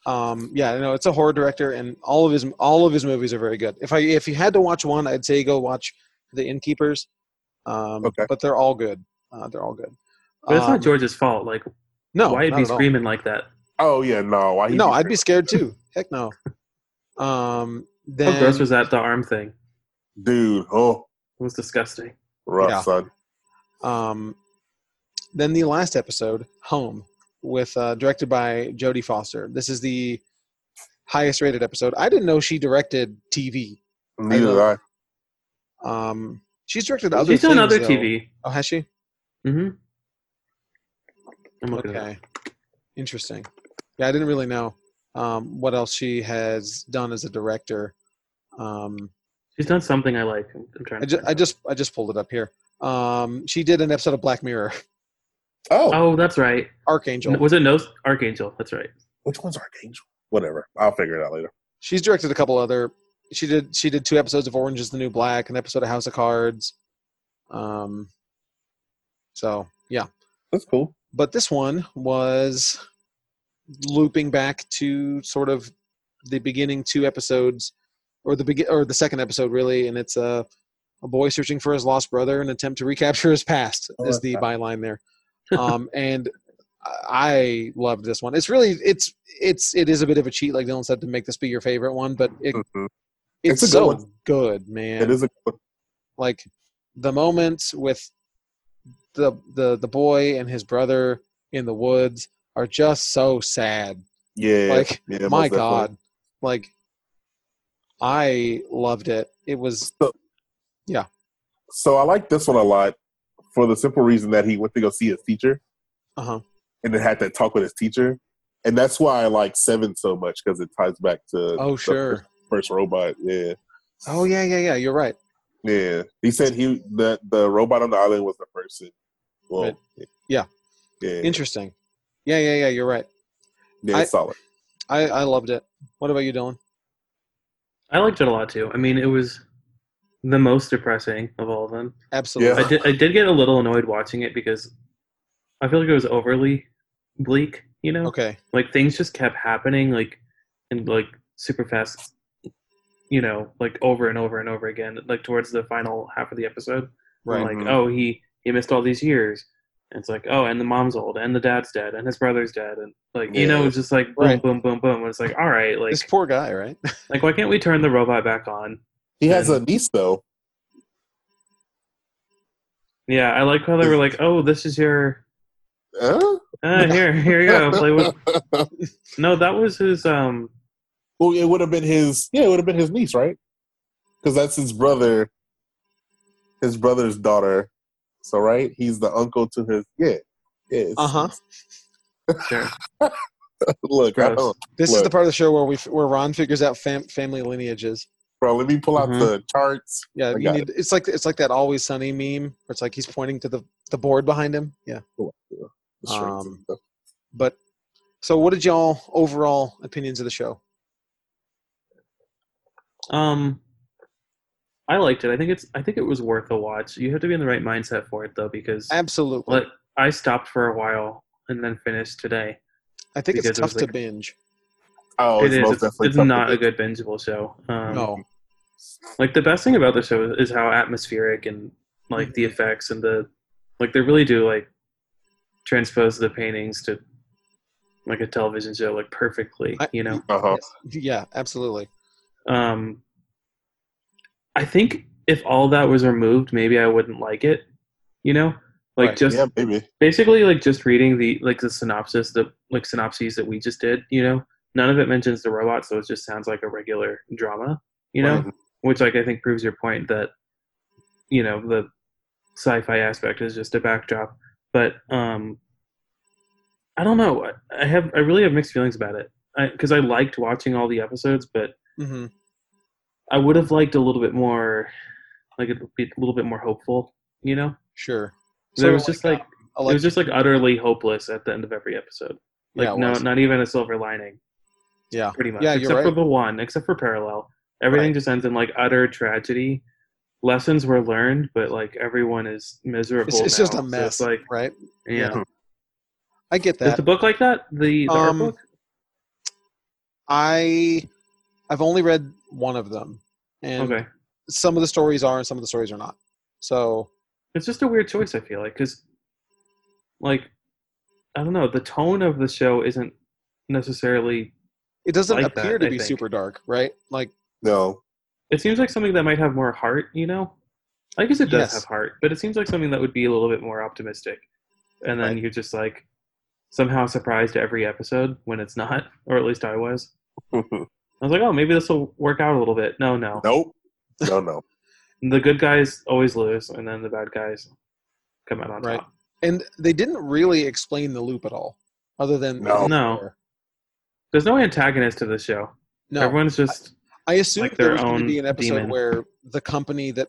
Um, yeah, no, it's a horror director, and all of his all of his movies are very good. If I if you had to watch one, I'd say go watch The Innkeepers. Um, Okay. But they're all good. Uh, they're all good. But it's Um, not George's fault. Like No, why he'd not be at all. screaming like that? Oh yeah, no, why? he- No, I'd be scared too. Heck no. Um, then How gross was that? The arm thing. It dude. Oh, was disgusting. rough Yeah. son. um, then the last episode, Home, with uh, directed by Jodie Foster. This is the highest rated episode. I didn't know she directed TV. Neither know. did I. Um, she's directed other. She's done things, other though. TV. Oh, has she? Mm-hmm. I'm looking at it. Okay. Interesting. Yeah, I didn't really know um, what else she has done as a director. Um, She's done something I like. I'm, I'm trying. I, To ju- find I out. just I just pulled it up here. Um, she did an episode of Black Mirror, Oh, Oh, that's right. Archangel. Was it No Archangel? That's right. which one's Archangel? Whatever. I'll figure it out later. She's directed a couple other. She did she did two episodes of Orange Is the New Black, an episode of House of Cards. Um, so yeah, That's cool. but this one was looping back to sort of the beginning two episodes or the begin or the second episode really and it's a a boy searching for his lost brother in an attempt to recapture his past Oh, is the byline there um and i love this one it's really it's it's it is a bit of a cheat like dylan said to make this be your favorite one but it, Mhm. it's, It's a good so one. good man It is a good like the moments with the the the boy and his brother in the woods are just so sad. yeah. Like, yeah, most My definitely. God, like I loved it. It was So I like this one a lot for the simple reason that he went to go see his teacher uh huh. and then had that talk with his teacher, and that's why I like Seven so much because it ties back to Oh the sure. first robot. Yeah, Oh yeah yeah yeah. You're right. yeah. He said he the the robot on the island was the person. Well, Right. Yeah. yeah, yeah, Interesting. Yeah yeah yeah. You're right. yeah I- it's solid. I I loved it. What about you, Dylan? I liked it a lot too. I mean, it was the most depressing of all of them. Absolutely. I did, I did get a little annoyed watching it because I feel like it was overly bleak. You know, Okay. like things just kept happening, like and like super fast. You know, like over and over and over again, like towards the final half of the episode. Right. Mm-hmm. Like, Mhm. oh, he he missed all these years. And it's like, oh, and the mom's old, and the dad's dead, and his brother's dead, and like you know, Yeah. it's just like boom, Right. boom, boom, boom. And it's like, all right, like this poor guy, right? like why can't we turn the robot back on? He has a And- niece though. Yeah, I like how they were like, oh, this is your Huh? uh, here, here you go, play with. No, that was his. Um, Well, it would have been his. Yeah, it would have been his niece, right? Because that's his brother. His brother's daughter. So right, he's the uncle to his. Yeah, yeah. it's- Uh Uh-huh. huh. sure, Look, I gross. don't, This is the Look. part of the show where we f- where Ron figures out fam- family lineages. bro. Let me pull out Mhm. the charts. Yeah, I you got need, it's like it's like that always sunny meme where it's like he's pointing to the the board behind him. Yeah. The strings and Um, stuff. But so what did y'all overall opinions of the show? Um, I liked it. I think it's. I think it was worth a watch. You have to be in the right mindset for it though, because Absolutely. like I stopped for a while and then finished today. I think it's because it was tough to like- binge. oh, it's it most is. It's, definitely it's something not a that- good bingeable show. Um, No. Like the best thing about the show is, is how atmospheric and like the effects and the like they really do like transpose the paintings to like a television show like perfectly. I- you know. Uh-huh. Yeah, absolutely. um i think if all that was removed maybe i wouldn't like it you know like Right, just Yeah, maybe. basically like just reading the like the synopsis the like synopses that we just did you know None of it mentions the robot, so it just sounds like a regular drama, you know, Right. which like I think proves your point that you know the sci-fi aspect is just a backdrop. But um, I don't know. I- I have I really have mixed feelings about it because I, liked watching all the episodes, but Mm-hmm. I would have liked a little bit more, like a, bit- a little bit more hopeful, you know. Sure. there was just like um, it was just like utterly hopeless at the end of every episode. Like yeah, it no, was. not even a silver lining. yeah. Pretty much, Yeah, you're except for right. the one, except for parallel, everything Right. just ends in like utter tragedy. Lessons were learned, but like everyone is miserable. It's, it's now, just a so it's, mess, like right? yeah, Yeah. I get is that. the book like that? The, the art Um, book? I I've only read one of them, and Okay, some of the stories are and some of the stories are not. So it's just a weird choice. I feel like because, like, I don't know. The tone of the show isn't necessarily. it doesn't Like appear that, to I be think. super dark, right? Like No. It seems like something that might have more heart. You know, I guess it does Yes. have heart, but it seems like something that would be a little bit more optimistic. And then Right. you're just like somehow surprised every episode when it's not, or at least I was. I was like, oh, maybe this will work out a little bit. No, no, nope. No, no. The good guys always lose, and then the bad guys come out on Right. top. and they didn't really explain the loop at all, other than No. No. There's no antagonist to the show. no. Everyone's just I assume like there their was going to own be an episode demon. where the company that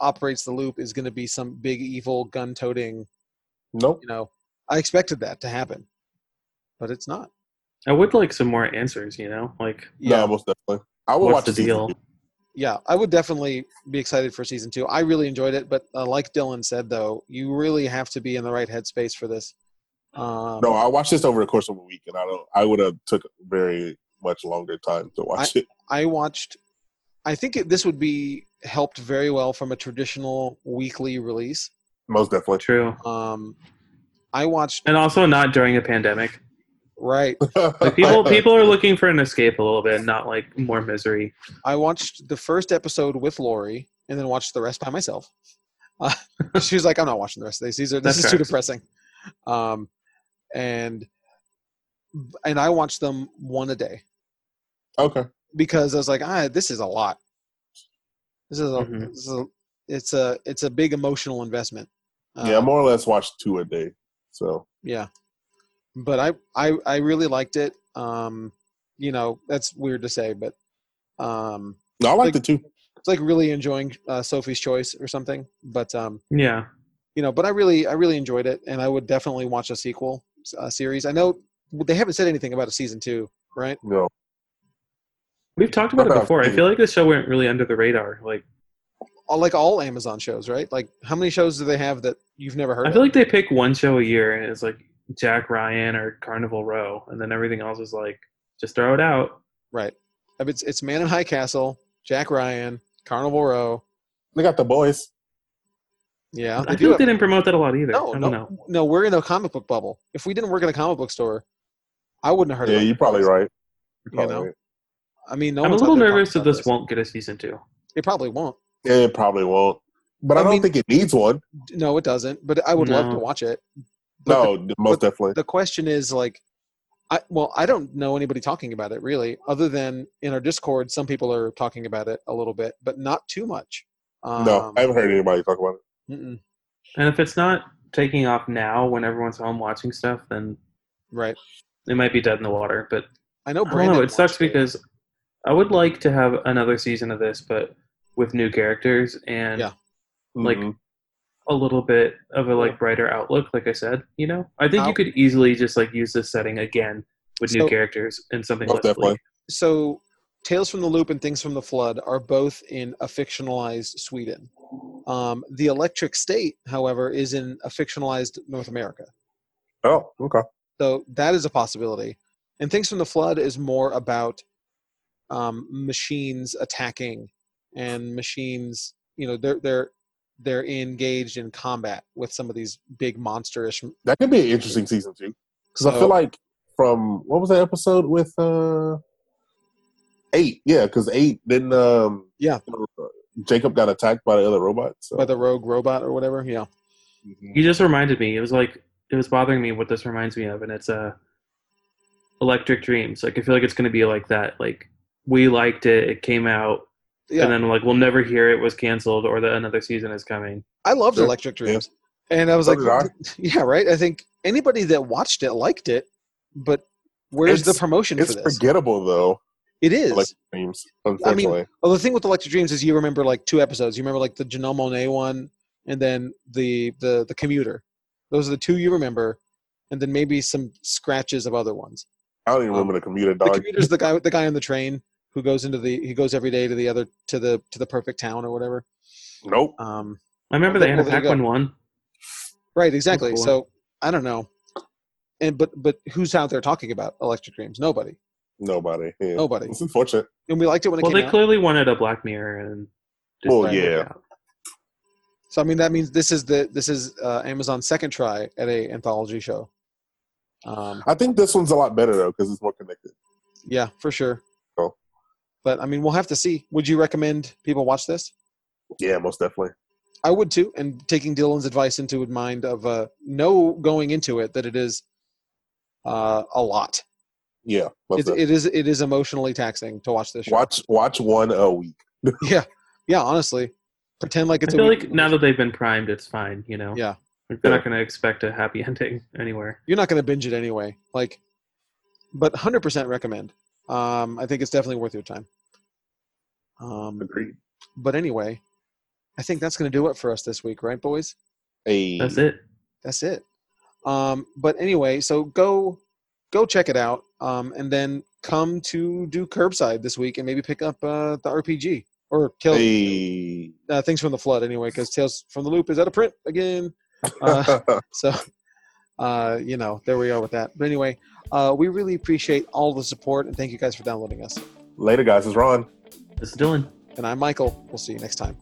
operates the loop is going to be some big evil gun-toting. Nope. You know, I expected that to happen, but it's not. I would like some more answers. You know, like No, most definitely. I will what's watch the deal? yeah, I would definitely be excited for season two. I really enjoyed it, but uh, like Dylan said, though, you really have to be in the right headspace for this. Um, No, I watched this over the course of a week, and I don't. I would have took very much longer time to watch it. I watched. I think it, this would be helped very well from a traditional weekly release. Most definitely. True, Um, I watched and also not during a pandemic. right. Like people, people are looking for an escape a little bit, not like more misery. I watched the first episode with Lori, and then watched the rest by myself. Uh, she was like, "I'm not watching the rest of these. These are this That is too tracks. depressing." Um, and and I watched them one a day. Okay. because I was like, ah, this is a lot. This is a, Mm-hmm. Mhm. this is a it's a it's a big emotional investment. Uh, yeah, more or less watch two a day. So yeah. But I I I really liked it. Um, you know that's weird to say, but um, no, I liked Like- it too. it's like really enjoying uh, Sophie's Choice or something. But um, Yeah. you know, but I really I really enjoyed it, and I would definitely watch a sequel uh, series. I know they haven't said anything about a season two, right? No. We've talked about it Okay. before. I feel like this show went really under the radar. Like All- Like all Amazon shows, right? Like how many shows do they have that you've never heard? I of? feel like they pick one show a year and it's like Jack Ryan or Carnival Row and then everything else is like just throw it out. Right. Uh, It's it's Man in High Castle, Jack Ryan, Carnival Row. They got the boys. Yeah, I feel like have- they didn't promote that a lot either. no, I don't no, know. no. We're in a comic book bubble. If we didn't work in a comic book store, I wouldn't have heard. Yeah, about you're it. probably right. You Probably know? right. I mean, no. I'm a one's out little there nervous that talking this, about won't get a season two. It probably won't. It probably won't. But I, I don't mean- think it needs one. No, it doesn't. But I would love to No. watch it. But No, most definitely. The, the question is like, I well, I don't know anybody talking about it really, other than in our Discord. Some people are talking about it a little bit, but not too much. Um, no, I haven't heard anybody talk about it. mm-mm, And if it's not taking off now when everyone's home watching stuff, then right. it might be dead in the water. But I know I don't Brandon. know. It sucks watched it. because I would like to have another season of this, but with new characters and Yeah. Like, Mhm. a little bit of a Yeah. like brighter outlook like i said you know i think How- you could easily just like use this setting again with So- new characters and something Most with definitely. like so tales from the loop and things from the flood are both in a fictionalized sweden um, the electric state however is in a fictionalized north america oh, okay. so that is a possibility and things from the flood is more about um, machines attacking and machines you know they're they're they're engaged in combat with some of these big monsterish That could be an interesting season too. Because I so- feel like from what was that episode with uh eight? Yeah, because eight then um Yeah. Jacob got attacked by the other robot. So. by the rogue robot or whatever yeah Mhm. you just reminded me it was like it was bothering me what this reminds me of and it's uh Electric Dreams. Like I feel like it's gonna be like that. Like we liked it, it came out, Yeah, and then like we'll never hear it was canceled or that another season is coming. I loved Yeah. Electric Dreams, and I was So like, did I. yeah, right. I think anybody that watched it liked it, but where's the It's- promotion for It's this? forgettable though. it is. Electric Dreams, unfortunately. Well, Oh, the thing with Electric Dreams is you remember like two episodes. You remember like the Janelle Monet one, and then the the the commuter. Those are the two you remember, and then maybe some scratches of other ones. I don't even um, remember the commuter The dog. commuter's the guy the guy on the train who goes into the he goes every day to the other to the to the perfect town or whatever. nope. Um, I remember the Well, Anna there you go. Paquin one. right, exactly. cool. So I don't know, and but but who's out there talking about Electric Dreams? Nobody, Nobody. Yeah. nobody. It's unfortunate. And we liked it when it Well, came they out. clearly wanted a Black Mirror, and just Well, didn't work yeah. out. So I mean that means this is the this is uh, Amazon's second try at a anthology show. Um, I think this one's a lot better though because it's more connected. Yeah, for sure. Cool. But I mean, we'll have to see. Would you recommend people watch this? Yeah, most definitely. I would too, and taking Dylan's advice into mind of uh, know going into it that it is uh, a lot. Yeah, most It, definitely. it is it is emotionally taxing to watch this show. watch watch one a week. Yeah, honestly, pretend like I it's. a feel week- like now that they've been primed, it's fine. You know, Yeah. Like, they're Yeah. not going to expect a happy ending anywhere. you're not going to binge it anyway, like, but 100% recommend. Um, I think it's definitely worth your time. Um, Agreed. but anyway, I think that's going to do it for us this week, right, boys? Hey, That's it. that's it um but anyway so go go check it out um and then come to do curbside this week and maybe pick up uh the rpg or tales hey. uh, things from the flood anyway because tales from the loop is out of print again uh, so, uh, you know, there we are with that. But anyway, uh, we really appreciate all the support and thank you guys for downloading us. Later, guys. It's Ron. It's Dylan. And I'm Michael. We'll see you next time.